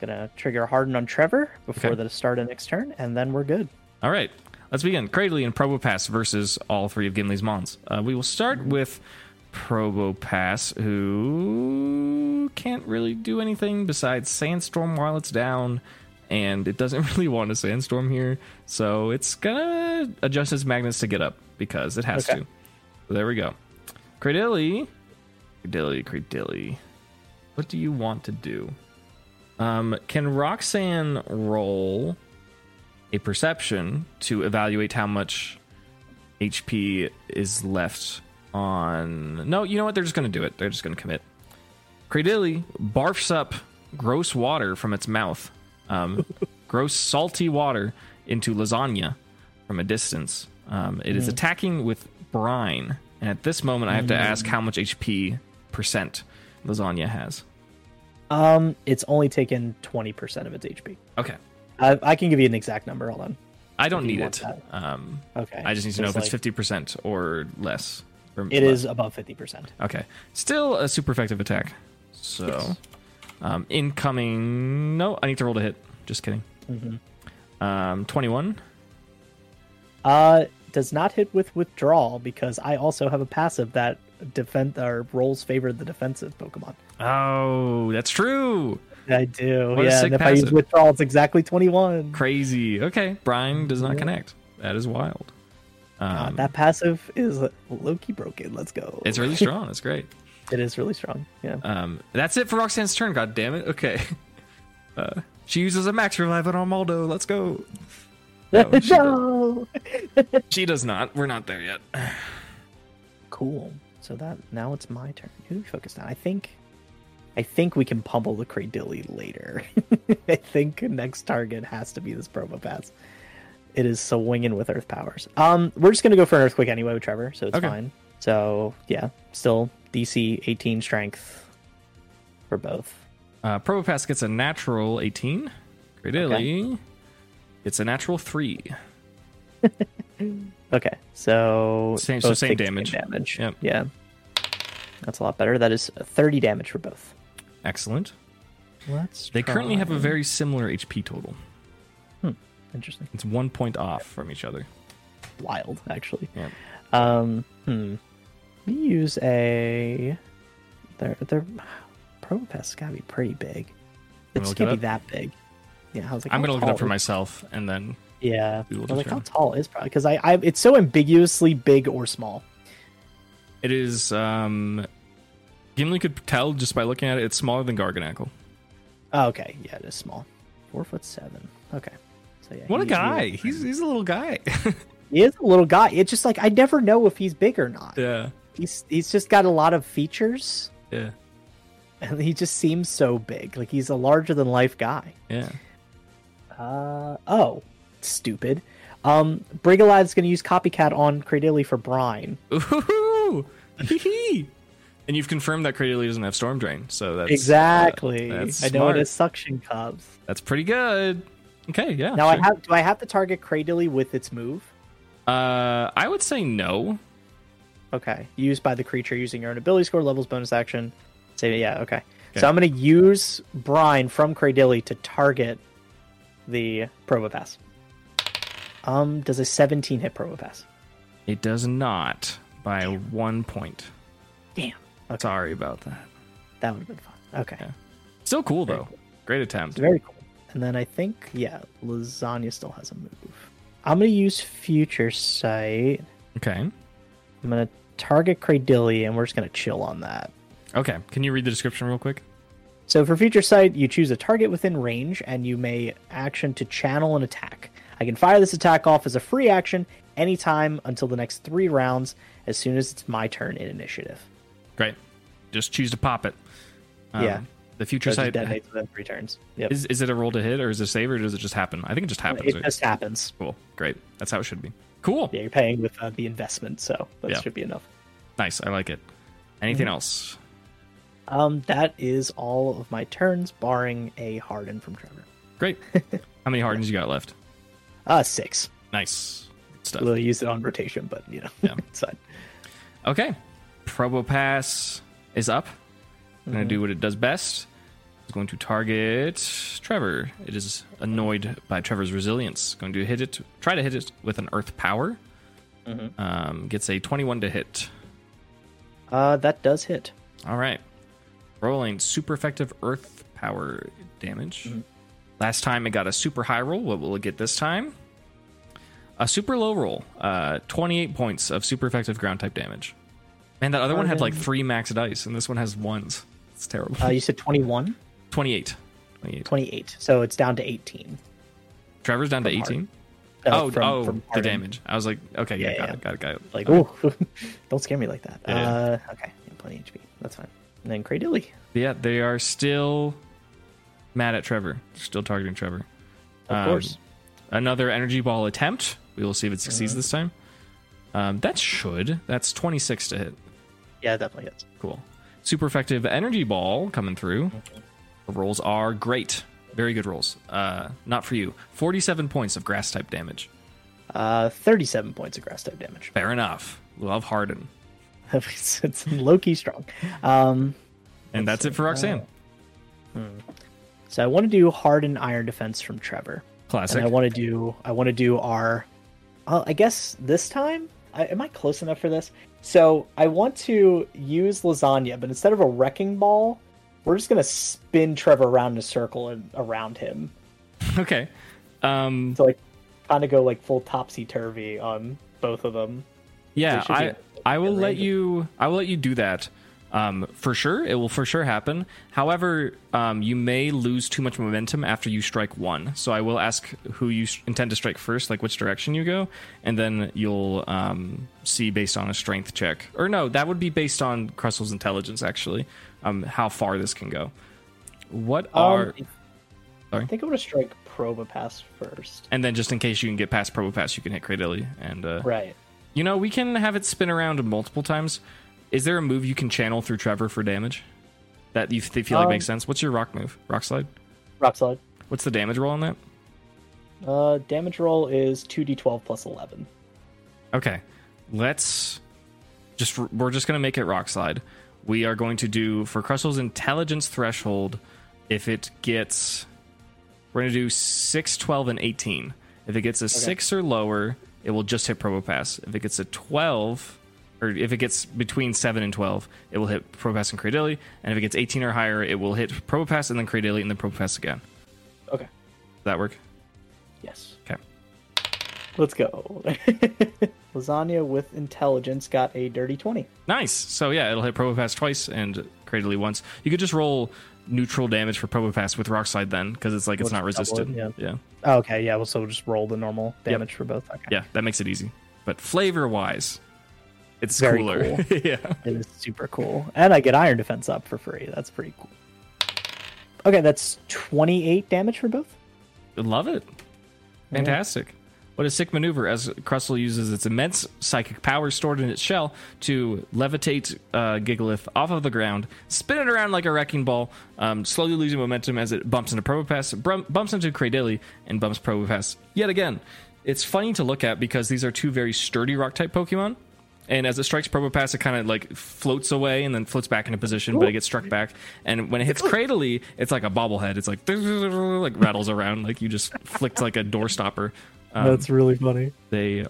Speaker 2: Gonna trigger Harden on Trevor before
Speaker 1: Okay.
Speaker 2: the start of next turn, and then we're good.
Speaker 1: All right, let's begin. Cradley and Probopass versus all three of Gimli's Mons. Uh, we will start with Probopass, who can't really do anything besides Sandstorm while it's down, and it doesn't really want to Sandstorm here, so it's gonna adjust its magnets to get up because it has
Speaker 2: Okay.
Speaker 1: to. So there we go. Cradilly, Cradilly, Cradilly. What do you want to do? Um, can Roxanne roll a perception to evaluate how much HP is left on? No, you know what? They're just going to do it. They're just going to commit. Cradilly barfs up gross water from its mouth, um, gross salty water into lasagna from a distance. Um, it
Speaker 2: Mm-hmm.
Speaker 1: is attacking with brine, and at this moment, I have to ask
Speaker 2: Mm-hmm.
Speaker 1: how much HP percent lasagna has.
Speaker 2: Um, it's only taken 20% of its HP.
Speaker 1: Okay,
Speaker 2: I, I can give you an exact number. Hold on.
Speaker 1: I don't
Speaker 2: If you
Speaker 1: need
Speaker 2: want
Speaker 1: it. Um,
Speaker 2: Okay.
Speaker 1: I just need to know if
Speaker 2: It's
Speaker 1: it's
Speaker 2: like-
Speaker 1: fifty percent or less. Or less.
Speaker 2: It is above 50%.
Speaker 1: okay. Still a super effective attack. So,
Speaker 2: Yes.
Speaker 1: um, incoming. No, I need to roll to hit. Just kidding.
Speaker 2: Mm-hmm.
Speaker 1: Um, twenty-one.
Speaker 2: Uh, does not hit with withdrawal because I also have a passive that defend or rolls favor the defensive Pokemon.
Speaker 1: Oh, that's true.
Speaker 2: I do.
Speaker 1: What a
Speaker 2: yeah,
Speaker 1: sick
Speaker 2: and if I use
Speaker 1: passive.
Speaker 2: withdrawal, it's exactly 21.
Speaker 1: Crazy. Okay, Brian does not connect. That is wild.
Speaker 2: God, that passive is Loki broken. Let's go.
Speaker 1: It's really strong. It's great.
Speaker 2: It is really strong. Yeah.
Speaker 1: Um, that's it for Roxanne's turn. God damn it. Okay. Uh, she uses a max revive on Armaldo. Let's go. no, she
Speaker 2: no.
Speaker 1: She does not. We're not there yet.
Speaker 2: Cool. So that now it's my turn. Who do we focus on? I think I think we can pummel the Cradilly later. I think next target has to be this Promo Pass. It is swinging with Earth powers. Um, we're just gonna go for an earthquake anyway with Trevor, so it's
Speaker 1: Okay.
Speaker 2: fine. So yeah, still DC 18 strength for both.
Speaker 1: Uh, Probopass gets a natural 18. Cradilly gets a natural 3.
Speaker 2: Okay, so
Speaker 1: Same- so
Speaker 2: both
Speaker 1: same
Speaker 2: take the
Speaker 1: damage.
Speaker 2: damage.
Speaker 1: Yep.
Speaker 2: Yeah, that's a lot better. That is 30 damage for both.
Speaker 1: Excellent.
Speaker 2: Let's.
Speaker 1: They currently have a
Speaker 2: try-
Speaker 1: very similar HP total.
Speaker 2: interesting,
Speaker 1: It's one point off from each other.
Speaker 2: wild actually.
Speaker 1: Yeah.
Speaker 2: Um, hmm. We use a. Their their Probopass gotta be pretty
Speaker 1: Wanna
Speaker 2: big. It just
Speaker 1: look it
Speaker 2: can't be
Speaker 1: up?
Speaker 2: that big. Yeah, I was like,
Speaker 1: I'm
Speaker 2: how
Speaker 1: gonna look it up
Speaker 2: tall
Speaker 1: for
Speaker 2: is-
Speaker 1: myself, and then
Speaker 2: Yeah, I
Speaker 1: We will
Speaker 2: was like, how
Speaker 1: determine.
Speaker 2: tall is probably because I, I it's so ambiguously big or small.
Speaker 1: it is. um Gimli could tell just by looking at it. It's smaller than Garganackle.
Speaker 2: Oh, okay, yeah, it is small. Four foot seven. Okay, so yeah,
Speaker 1: What a
Speaker 2: he's little.
Speaker 1: guy! He's he's a little guy.
Speaker 2: He is a little guy. It's just like I never know if he's big or not.
Speaker 1: yeah,
Speaker 2: He's he's just got a lot of features,
Speaker 1: yeah,
Speaker 2: and he just seems so big. Like he's a larger than life guy.
Speaker 1: yeah.
Speaker 2: Uh oh, stupid. Um, Brigalad's gonna use copycat on Cradilly for brine.
Speaker 1: Ooh, hee hee. And you've confirmed that Cradily doesn't have Storm Drain, so that's
Speaker 2: exactly.
Speaker 1: that's
Speaker 2: I know it
Speaker 1: smart.
Speaker 2: is suction cups.
Speaker 1: that's pretty good. Okay, yeah.
Speaker 2: Now
Speaker 1: sure.
Speaker 2: I have do I have to target Cradilly with its move?
Speaker 1: Uh, I would say no.
Speaker 2: Okay. Used by the creature using your own ability score, levels, bonus action. So yeah, okay.
Speaker 1: Okay.
Speaker 2: So I'm gonna use Brine from Cradilly to target the Probopass. Um, does a 17 hit Probopass?
Speaker 1: It does not by one point.
Speaker 2: Damn. Okay.
Speaker 1: Sorry about that.
Speaker 2: That would have been fun. Okay.
Speaker 1: Yeah. Still cool
Speaker 2: Very
Speaker 1: though. Great attempt.
Speaker 2: It's very cool. And then I think, yeah, Lasagna still has a move. I'm gonna use Future Sight.
Speaker 1: Okay.
Speaker 2: I'm gonna target Cradilly and we're just gonna chill on that.
Speaker 1: Okay. Can you read the description real quick?
Speaker 2: So for future sight, you choose a target within range, and you may action to channel an attack. I can fire this attack off as a free action anytime until the next three rounds, as soon as it's my turn in initiative.
Speaker 1: Great. Just choose to pop it. Um,
Speaker 2: Yeah.
Speaker 1: The future
Speaker 2: So it
Speaker 1: side
Speaker 2: just detonates within three turns. Yep.
Speaker 1: is, is it a roll to hit or is it a save or does it just happen? I think it just happens.
Speaker 2: Oh, It
Speaker 1: right?
Speaker 2: just happens.
Speaker 1: Cool. Great. That's how it should be. Cool.
Speaker 2: Yeah, you're paying with uh, the investment, so that
Speaker 1: Yeah.
Speaker 2: should be enough.
Speaker 1: Nice. I like it. Anything
Speaker 2: Mm-hmm.
Speaker 1: else?
Speaker 2: Um, that is all of my turns, barring a Harden from Trevor.
Speaker 1: Great. how many hardens you got left?
Speaker 2: Uh, six.
Speaker 1: Nice. Good stuff.
Speaker 2: We'll use it on rotation, but you know,
Speaker 1: Yeah.
Speaker 2: it's fine.
Speaker 1: Okay. Probopass is up. It's going to do what it does best. It's going to target Trevor. It is annoyed by Trevor's resilience. Going to hit it, try to hit it with an earth power. Um, gets a 21 to hit.
Speaker 2: Uh, that does hit.
Speaker 1: All right. Rolling super effective earth power damage.
Speaker 2: Mm-hmm.
Speaker 1: Last time it got a super high roll. What will it get this time? A super low roll. Uh, 28 points of super effective ground type damage. Man, that other one had like three max dice, and this one has ones. It's terrible.
Speaker 2: Uh, you said 21?
Speaker 1: 28. 28.
Speaker 2: 28. So it's down to 18.
Speaker 1: Trevor's down to 18.
Speaker 2: No,
Speaker 1: Oh,
Speaker 2: uh, from-
Speaker 1: oh,
Speaker 2: from
Speaker 1: the
Speaker 2: Harden.
Speaker 1: damage. I was like, okay, yeah,
Speaker 2: Yeah,
Speaker 1: got,
Speaker 2: yeah.
Speaker 1: It, got it, got it,
Speaker 2: Like, oh, don't scare me like that.
Speaker 1: Yeah, yeah.
Speaker 2: Uh, okay, yeah, plenty HP. That's fine. And then Cradilly.
Speaker 1: Yeah, they are still mad at Trevor. Still targeting Trevor.
Speaker 2: Of
Speaker 1: Um,
Speaker 2: course.
Speaker 1: Another energy ball attempt. We will see if it succeeds this time. Um, that should. That's 26 to hit.
Speaker 2: Yeah, it definitely is.
Speaker 1: Cool. Super effective energy ball coming through. The rolls are great. Very good rolls. Uh, not for you. 47 points of grass type damage.
Speaker 2: Uh, 37 points of grass type damage.
Speaker 1: Fair enough. Love Harden.
Speaker 2: it's it's low key strong. Um,
Speaker 1: And that's it for Roxanne.
Speaker 2: so I want to do hardened iron defense from Trevor.
Speaker 1: Classic.
Speaker 2: And I want to do I want to do our uh, I guess this time I, am I close enough for this? So I want to use lasagna, but instead of a wrecking ball, we're just gonna spin Trevor around in a circle and around him
Speaker 1: okay. Um,
Speaker 2: to like kind of go like full topsy turvy on both of them.
Speaker 1: Yeah,
Speaker 2: should be
Speaker 1: I
Speaker 2: able to
Speaker 1: I will
Speaker 2: get
Speaker 1: let
Speaker 2: random.
Speaker 1: you I will let you do that. Um, for sure, it will for sure happen. However, um, you may lose too much momentum after you strike one. So I will ask who you s- intend to strike first, like which direction you go, and then you'll um, see based on a strength check. Or no, that would be based on Krussel's intelligence actually, um, how far this can go. What are
Speaker 2: Um,
Speaker 1: sorry.
Speaker 2: I think I'm gonna strike Proba Pass first.
Speaker 1: and then just in case you can get past Probopass, you can hit Cradilly and uh,
Speaker 2: Right.
Speaker 1: You know, we can have it spin around multiple times. Is there a move you can channel through Trevor for damage that you th- feel like
Speaker 2: Um,
Speaker 1: makes sense? What's your rock move? Rock slide?
Speaker 2: Rock solid.
Speaker 1: What's the damage roll on that?
Speaker 2: Uh, damage roll is two d12 plus 11.
Speaker 1: Okay. Let's just we're just going to make it rock slide. We are going to do for Krussel's intelligence threshold If it gets, we're going to do 6, 12, and 18. If it gets a 6 or lower, it will just hit Probopass. If it gets a 12, or if it gets between 7 and 12, it will hit Probopass and Cradilly. And if it gets 18 or higher, it will hit Probopass and then Cradilly and then Probopass again.
Speaker 2: Okay.
Speaker 1: Does that work?
Speaker 2: Yes.
Speaker 1: Okay.
Speaker 2: Let's go. Lasagna with intelligence got a dirty 20.
Speaker 1: Nice. So yeah, it'll hit Probopass twice and Cradily once. You could just roll neutral damage for Probopass with Rock Slide then, because it's like it's
Speaker 2: We'll
Speaker 1: not
Speaker 2: just
Speaker 1: resisted.
Speaker 2: double it,
Speaker 1: yeah.
Speaker 2: Oh, okay, yeah, well, so we'll just roll the normal damage for both. Okay.
Speaker 1: Yeah, that makes it easy. But flavor wise, it's
Speaker 2: Very
Speaker 1: cooler. yeah.
Speaker 2: It is super cool. And I get iron defense up for free. That's pretty cool. Okay, that's 28 damage for both.
Speaker 1: Love it. Fantastic. What a sick maneuver as Crustle uses its immense psychic power stored in its shell to levitate uh, Gigalith off of the ground, spin it around like a wrecking ball, um, slowly losing momentum as it bumps into Probopass, brum- bumps into Cradilly, and bumps Probopass yet again. It's funny to look at because these are two very sturdy rock type Pokemon. And as it strikes Probopass, it kind of like floats away and then floats back into position, but it gets struck back. And when it hits Cradily, it's like a bobblehead. It's like like rattles around, like you just flicked like a door stopper. Um,
Speaker 2: really funny.
Speaker 1: They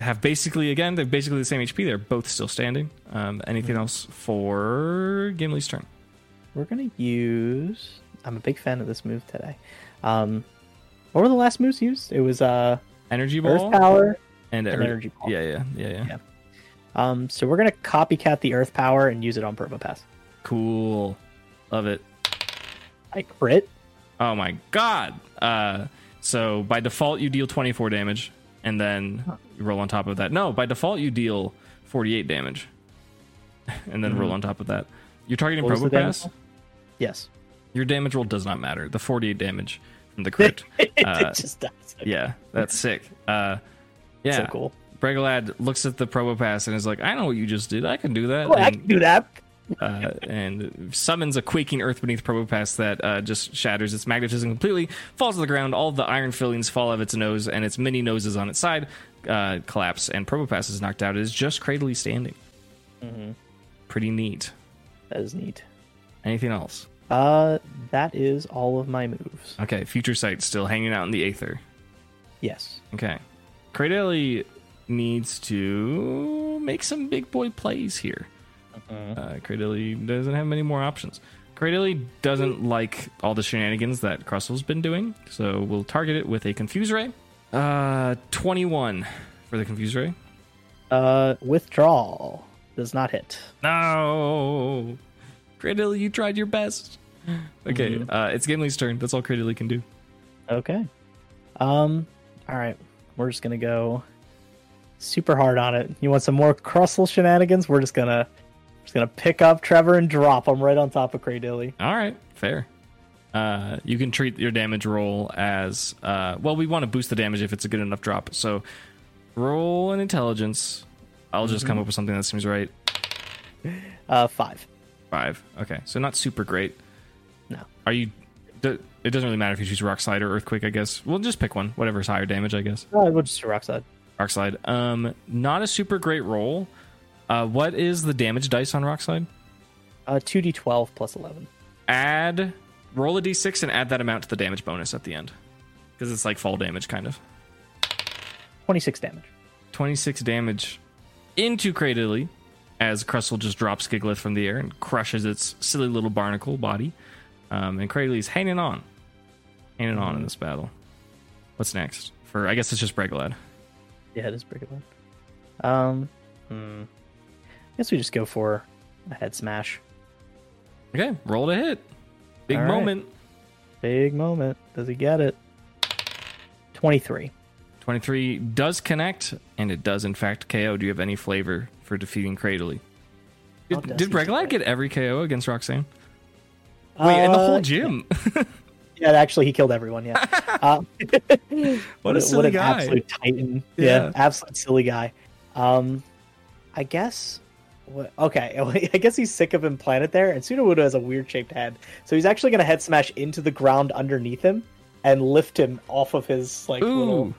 Speaker 1: have basically again, they're basically the same HP. They're both still standing. Um,
Speaker 2: Mm-hmm.
Speaker 1: anything else for Gimli's turn?
Speaker 2: We're going to use. I'm a big fan of this move today. Um, what were the last moves used? It was uh,
Speaker 1: Energy
Speaker 2: Earth
Speaker 1: ball
Speaker 2: Power.
Speaker 1: and,
Speaker 2: and
Speaker 1: Earth-
Speaker 2: Energy Ball.
Speaker 1: Yeah, yeah, yeah, yeah,
Speaker 2: Yeah. Um, so we're going to copycat the Earth Power and use it on Probopass.
Speaker 1: Cool, love it.
Speaker 2: I crit.
Speaker 1: Oh my god. Uh, so by default, you deal 24 damage, and then you roll on top of that. No, by default, you deal 48 damage, and then roll on top of that. You're targeting
Speaker 2: Mm-hmm. What was the damage
Speaker 1: Probopass.
Speaker 2: roll? Yes.
Speaker 1: Your damage roll does not matter. The 48 damage from the crit. Uh,
Speaker 2: it just does.
Speaker 1: yeah, that's sick. Uh,
Speaker 2: It's
Speaker 1: yeah,
Speaker 2: So cool.
Speaker 1: Bregalad looks at the Probopass and is like, "I know what you just did. I can do that."
Speaker 2: Oh, I
Speaker 1: and,
Speaker 2: can do that.
Speaker 1: uh, and summons a quaking earth beneath Probopass that uh, just shatters its magnetism completely, falls to the ground. All of the iron fillings fall out of its nose, and its many noses on its side uh, collapse, and Probopass is knocked out. It is just cradily standing. Pretty neat.
Speaker 2: That is neat.
Speaker 1: Anything else?
Speaker 2: Uh, that is all of my moves.
Speaker 1: Okay, Future Sight still hanging out in the aether.
Speaker 2: Yes.
Speaker 1: Okay. Cradilly needs to make some big boy plays here. Uh, Cradilly doesn't have many more options. Cradilly doesn't like all the shenanigans that Crustle's been doing, so we'll target it with a Confuse Ray. Uh, 21 for the Confuse Ray.
Speaker 2: Uh, withdrawal does not hit.
Speaker 1: No! Cradilly, you tried your best. Okay, uh, it's Gimli's turn. That's all Cradilly can do.
Speaker 2: Okay. Um. All right. We're just gonna go super hard on it. You want some more crustle shenanigans? We're just gonna just gonna pick up Trevor and drop him right on top of Cradilly.
Speaker 1: All right, fair. Uh, you can treat your damage roll as uh, well. We want to boost the damage if it's a good enough drop. So roll an intelligence. I'll just come up with something that seems right.
Speaker 2: Uh, five.
Speaker 1: Five. Okay, so not super great.
Speaker 2: No.
Speaker 1: Are you? do- It doesn't really matter if you choose rock slide or earthquake. I guess we'll just pick one. Whatever's higher damage, I guess.
Speaker 2: Oh, we'll just do rock slide.
Speaker 1: Rock slide. Um, not a super great roll. Uh, what is the damage dice on rock slide?
Speaker 2: Uh, two d twelve plus eleven.
Speaker 1: Add roll a d6 and add that amount to the damage bonus at the end because it's like fall damage kind of.
Speaker 2: Twenty six damage.
Speaker 1: 26 damage into Cradily as Crustle just drops Giglith from the air and crushes its silly little barnacle body. Um, and Cradily's hanging on. Hanging on in this battle. What's next? For I guess it's just Bregalad.
Speaker 2: Yeah, it is pretty good. Um. Hmm. I guess we just go for a head smash.
Speaker 1: Okay, roll to hit. Big
Speaker 2: All right.
Speaker 1: moment.
Speaker 2: Big moment. Does he get it? 23.
Speaker 1: 23 does connect, and it does in fact KO. Do you have any flavor for defeating Cradily?
Speaker 2: How
Speaker 1: Did,
Speaker 2: does
Speaker 1: did
Speaker 2: he do
Speaker 1: Bregalad
Speaker 2: it?
Speaker 1: get every KO against Roxanne? Wait, and the
Speaker 2: Uh,
Speaker 1: whole gym.
Speaker 2: Yeah, actually, he killed everyone. Yeah. uh,
Speaker 1: what a silly
Speaker 2: an
Speaker 1: guy.
Speaker 2: absolute titan. Yeah.
Speaker 1: Yeah.
Speaker 2: absolute silly guy. Um, I guess. What, okay, I guess he's sick of him planet there, and Sudowoodo has a weird shaped head, so he's actually gonna head smash into the ground underneath him and lift him off of his like
Speaker 1: Ooh.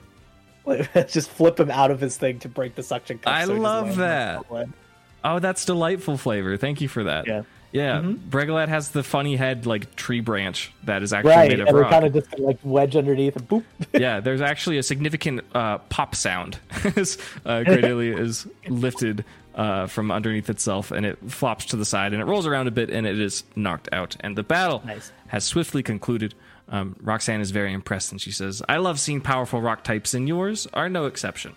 Speaker 2: little, just flip him out of his thing to break the suction cup.
Speaker 1: I
Speaker 2: so he doesn't
Speaker 1: love
Speaker 2: land on
Speaker 1: that.
Speaker 2: the solid.
Speaker 1: Oh, that's delightful flavor. Thank you for that.
Speaker 2: Yeah.
Speaker 1: Yeah,
Speaker 2: Mhm.
Speaker 1: Bregalad has the funny head like tree branch that is actually
Speaker 2: Right,
Speaker 1: made
Speaker 2: and
Speaker 1: of
Speaker 2: they
Speaker 1: rock.
Speaker 2: kind of just like wedge underneath and boop.
Speaker 1: yeah, there's actually a significant uh, pop sound as uh, Great Alia is lifted uh, from underneath itself and it flops to the side and it rolls around a bit and it is knocked out. And the battle
Speaker 2: Nice.
Speaker 1: has swiftly concluded. Um, Roxanne is very impressed and she says, I love seeing powerful rock types, and yours are no exception.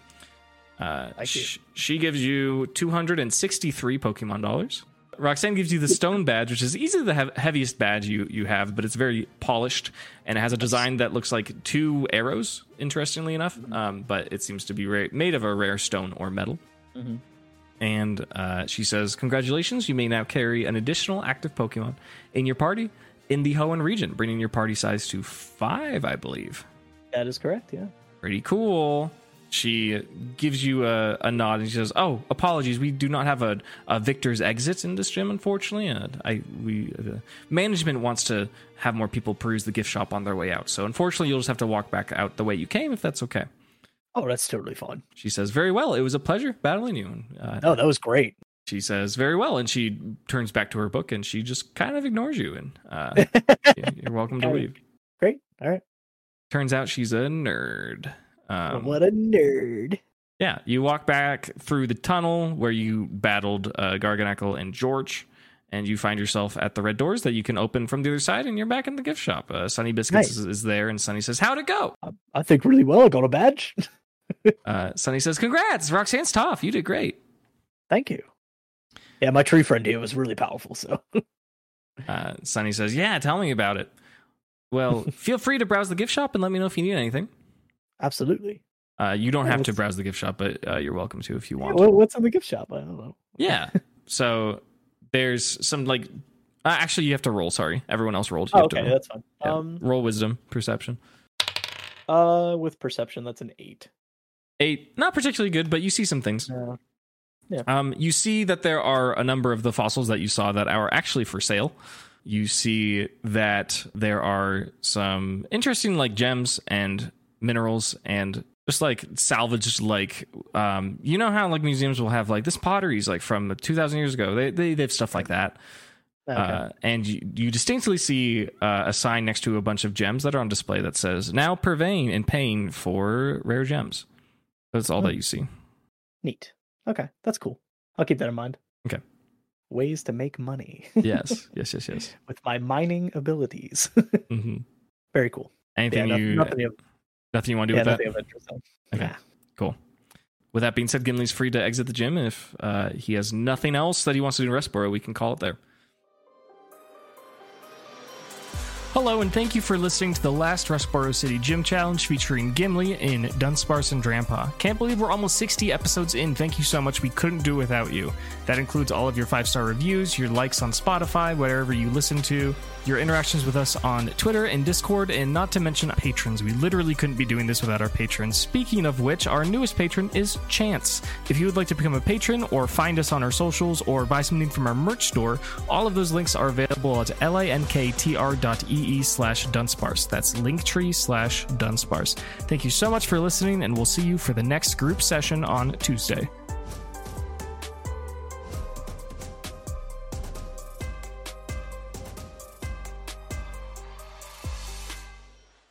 Speaker 1: Uh,
Speaker 2: Thank you.
Speaker 1: sh- she gives you 263 Pokemon dollars. Roxanne gives you the stone badge, which is easily the heav- heaviest badge you, you have, but it's very polished and it has a design that looks like two arrows, interestingly enough. Um, but it seems to be ra- made of a rare stone or metal. And uh, she says, Congratulations, you may now carry an additional active Pokemon in your party in the Hoenn region, bringing your party size to five, I believe
Speaker 2: That is correct. Yeah.
Speaker 1: pretty cool. She gives you a, a nod and she says, "Oh, apologies, we do not have a, a Victor's exit in this gym, unfortunately. Uh, I we uh, management wants to have more people peruse the gift shop on their way out, so unfortunately, you'll just have to walk back out the way you came, if that's okay."
Speaker 2: Oh, that's totally fine.
Speaker 1: She says, "Very well. It was a pleasure battling you." And, uh,
Speaker 2: No, that was great.
Speaker 1: she says, "Very well," and she turns back to her book and she just kind of ignores you and uh, you're welcome to
Speaker 2: Okay.
Speaker 1: leave.
Speaker 2: Great. All right.
Speaker 1: Turns out she's a nerd. Um,
Speaker 2: what a nerd.
Speaker 1: Yeah, you walk back through the tunnel where you battled uh, Garganacle and George, and you find yourself at the red doors that you can open from the other side, and you're back in the gift shop. Uh, Sunny Biscuits
Speaker 2: Nice.
Speaker 1: is, is there, and Sunny says, "How'd it go?"
Speaker 2: I, I think really well. I got a badge.
Speaker 1: Uh, Sunny says, "Congrats, Roxanne's tough. You did great."
Speaker 2: Thank you. Yeah, my tree friend here was really powerful. So
Speaker 1: Uh, Sunny says, "Yeah, tell me about it." Well, feel free to browse the gift shop and let me know if you need anything.
Speaker 2: absolutely.
Speaker 1: Uh, you don't
Speaker 2: Yeah,
Speaker 1: have to
Speaker 2: let's-
Speaker 1: browse the gift shop, but uh, you're welcome to if you
Speaker 2: Yeah,
Speaker 1: want.
Speaker 2: what, what's in the gift shop? I don't know.
Speaker 1: Yeah. So there's some like, uh, actually, you have to roll. Sorry, everyone else rolled. You
Speaker 2: Oh,
Speaker 1: have to
Speaker 2: okay,
Speaker 1: roll.
Speaker 2: that's fine.
Speaker 1: Yeah.
Speaker 2: Um,
Speaker 1: Roll wisdom, perception.
Speaker 2: uh, with perception, that's an eight.
Speaker 1: Eight, not particularly good, but you see some things.
Speaker 2: Uh,
Speaker 1: Um, you see that there are a number of the fossils that you saw that are actually for sale. You see that there are some interesting like gems and minerals and just like salvaged like um you know how like museums will have like this pottery's like from 2000 years ago they they, they have stuff like that
Speaker 2: okay.
Speaker 1: uh, and you, you distinctly see uh, a sign next to a bunch of gems that are on display that says now purveying and paying for rare gems that's
Speaker 2: Hmm.
Speaker 1: all that you see
Speaker 2: Neat. Okay, that's cool. I'll keep that in mind.
Speaker 1: Okay.
Speaker 2: Ways to make money
Speaker 1: yes yes yes yes
Speaker 2: with my mining abilities.
Speaker 1: hmm
Speaker 2: Very cool. Yeah,
Speaker 1: anything
Speaker 2: nothing,
Speaker 1: you
Speaker 2: nothing, of,
Speaker 1: nothing you want to do
Speaker 2: yeah,
Speaker 1: with that
Speaker 2: nothing of interest. though.
Speaker 1: Okay.
Speaker 2: Yeah.
Speaker 1: cool with that being said gimli's free to exit the gym and if uh, he has nothing else that he wants to do in restboro we can call it there Hello, and thank you for listening to the last Rustboro City Gym Challenge featuring Gimli in Dunsparce and Drampa. Can't believe we're almost 60 episodes in. Thank you so much. We couldn't do without you. That includes all of your five star reviews, your likes on Spotify, wherever you listen to, your interactions with us on Twitter and Discord, and not to mention patrons. We literally couldn't be doing this without our patrons. Speaking of which, our newest patron is Chance. If you would like to become a patron or find us on our socials or buy something from our merch store, all of those links are available at linktr.ee slash dunsparce. That's linktree slash dunsparce. Thank you so much for listening, and we'll see you for the next group session on Tuesday.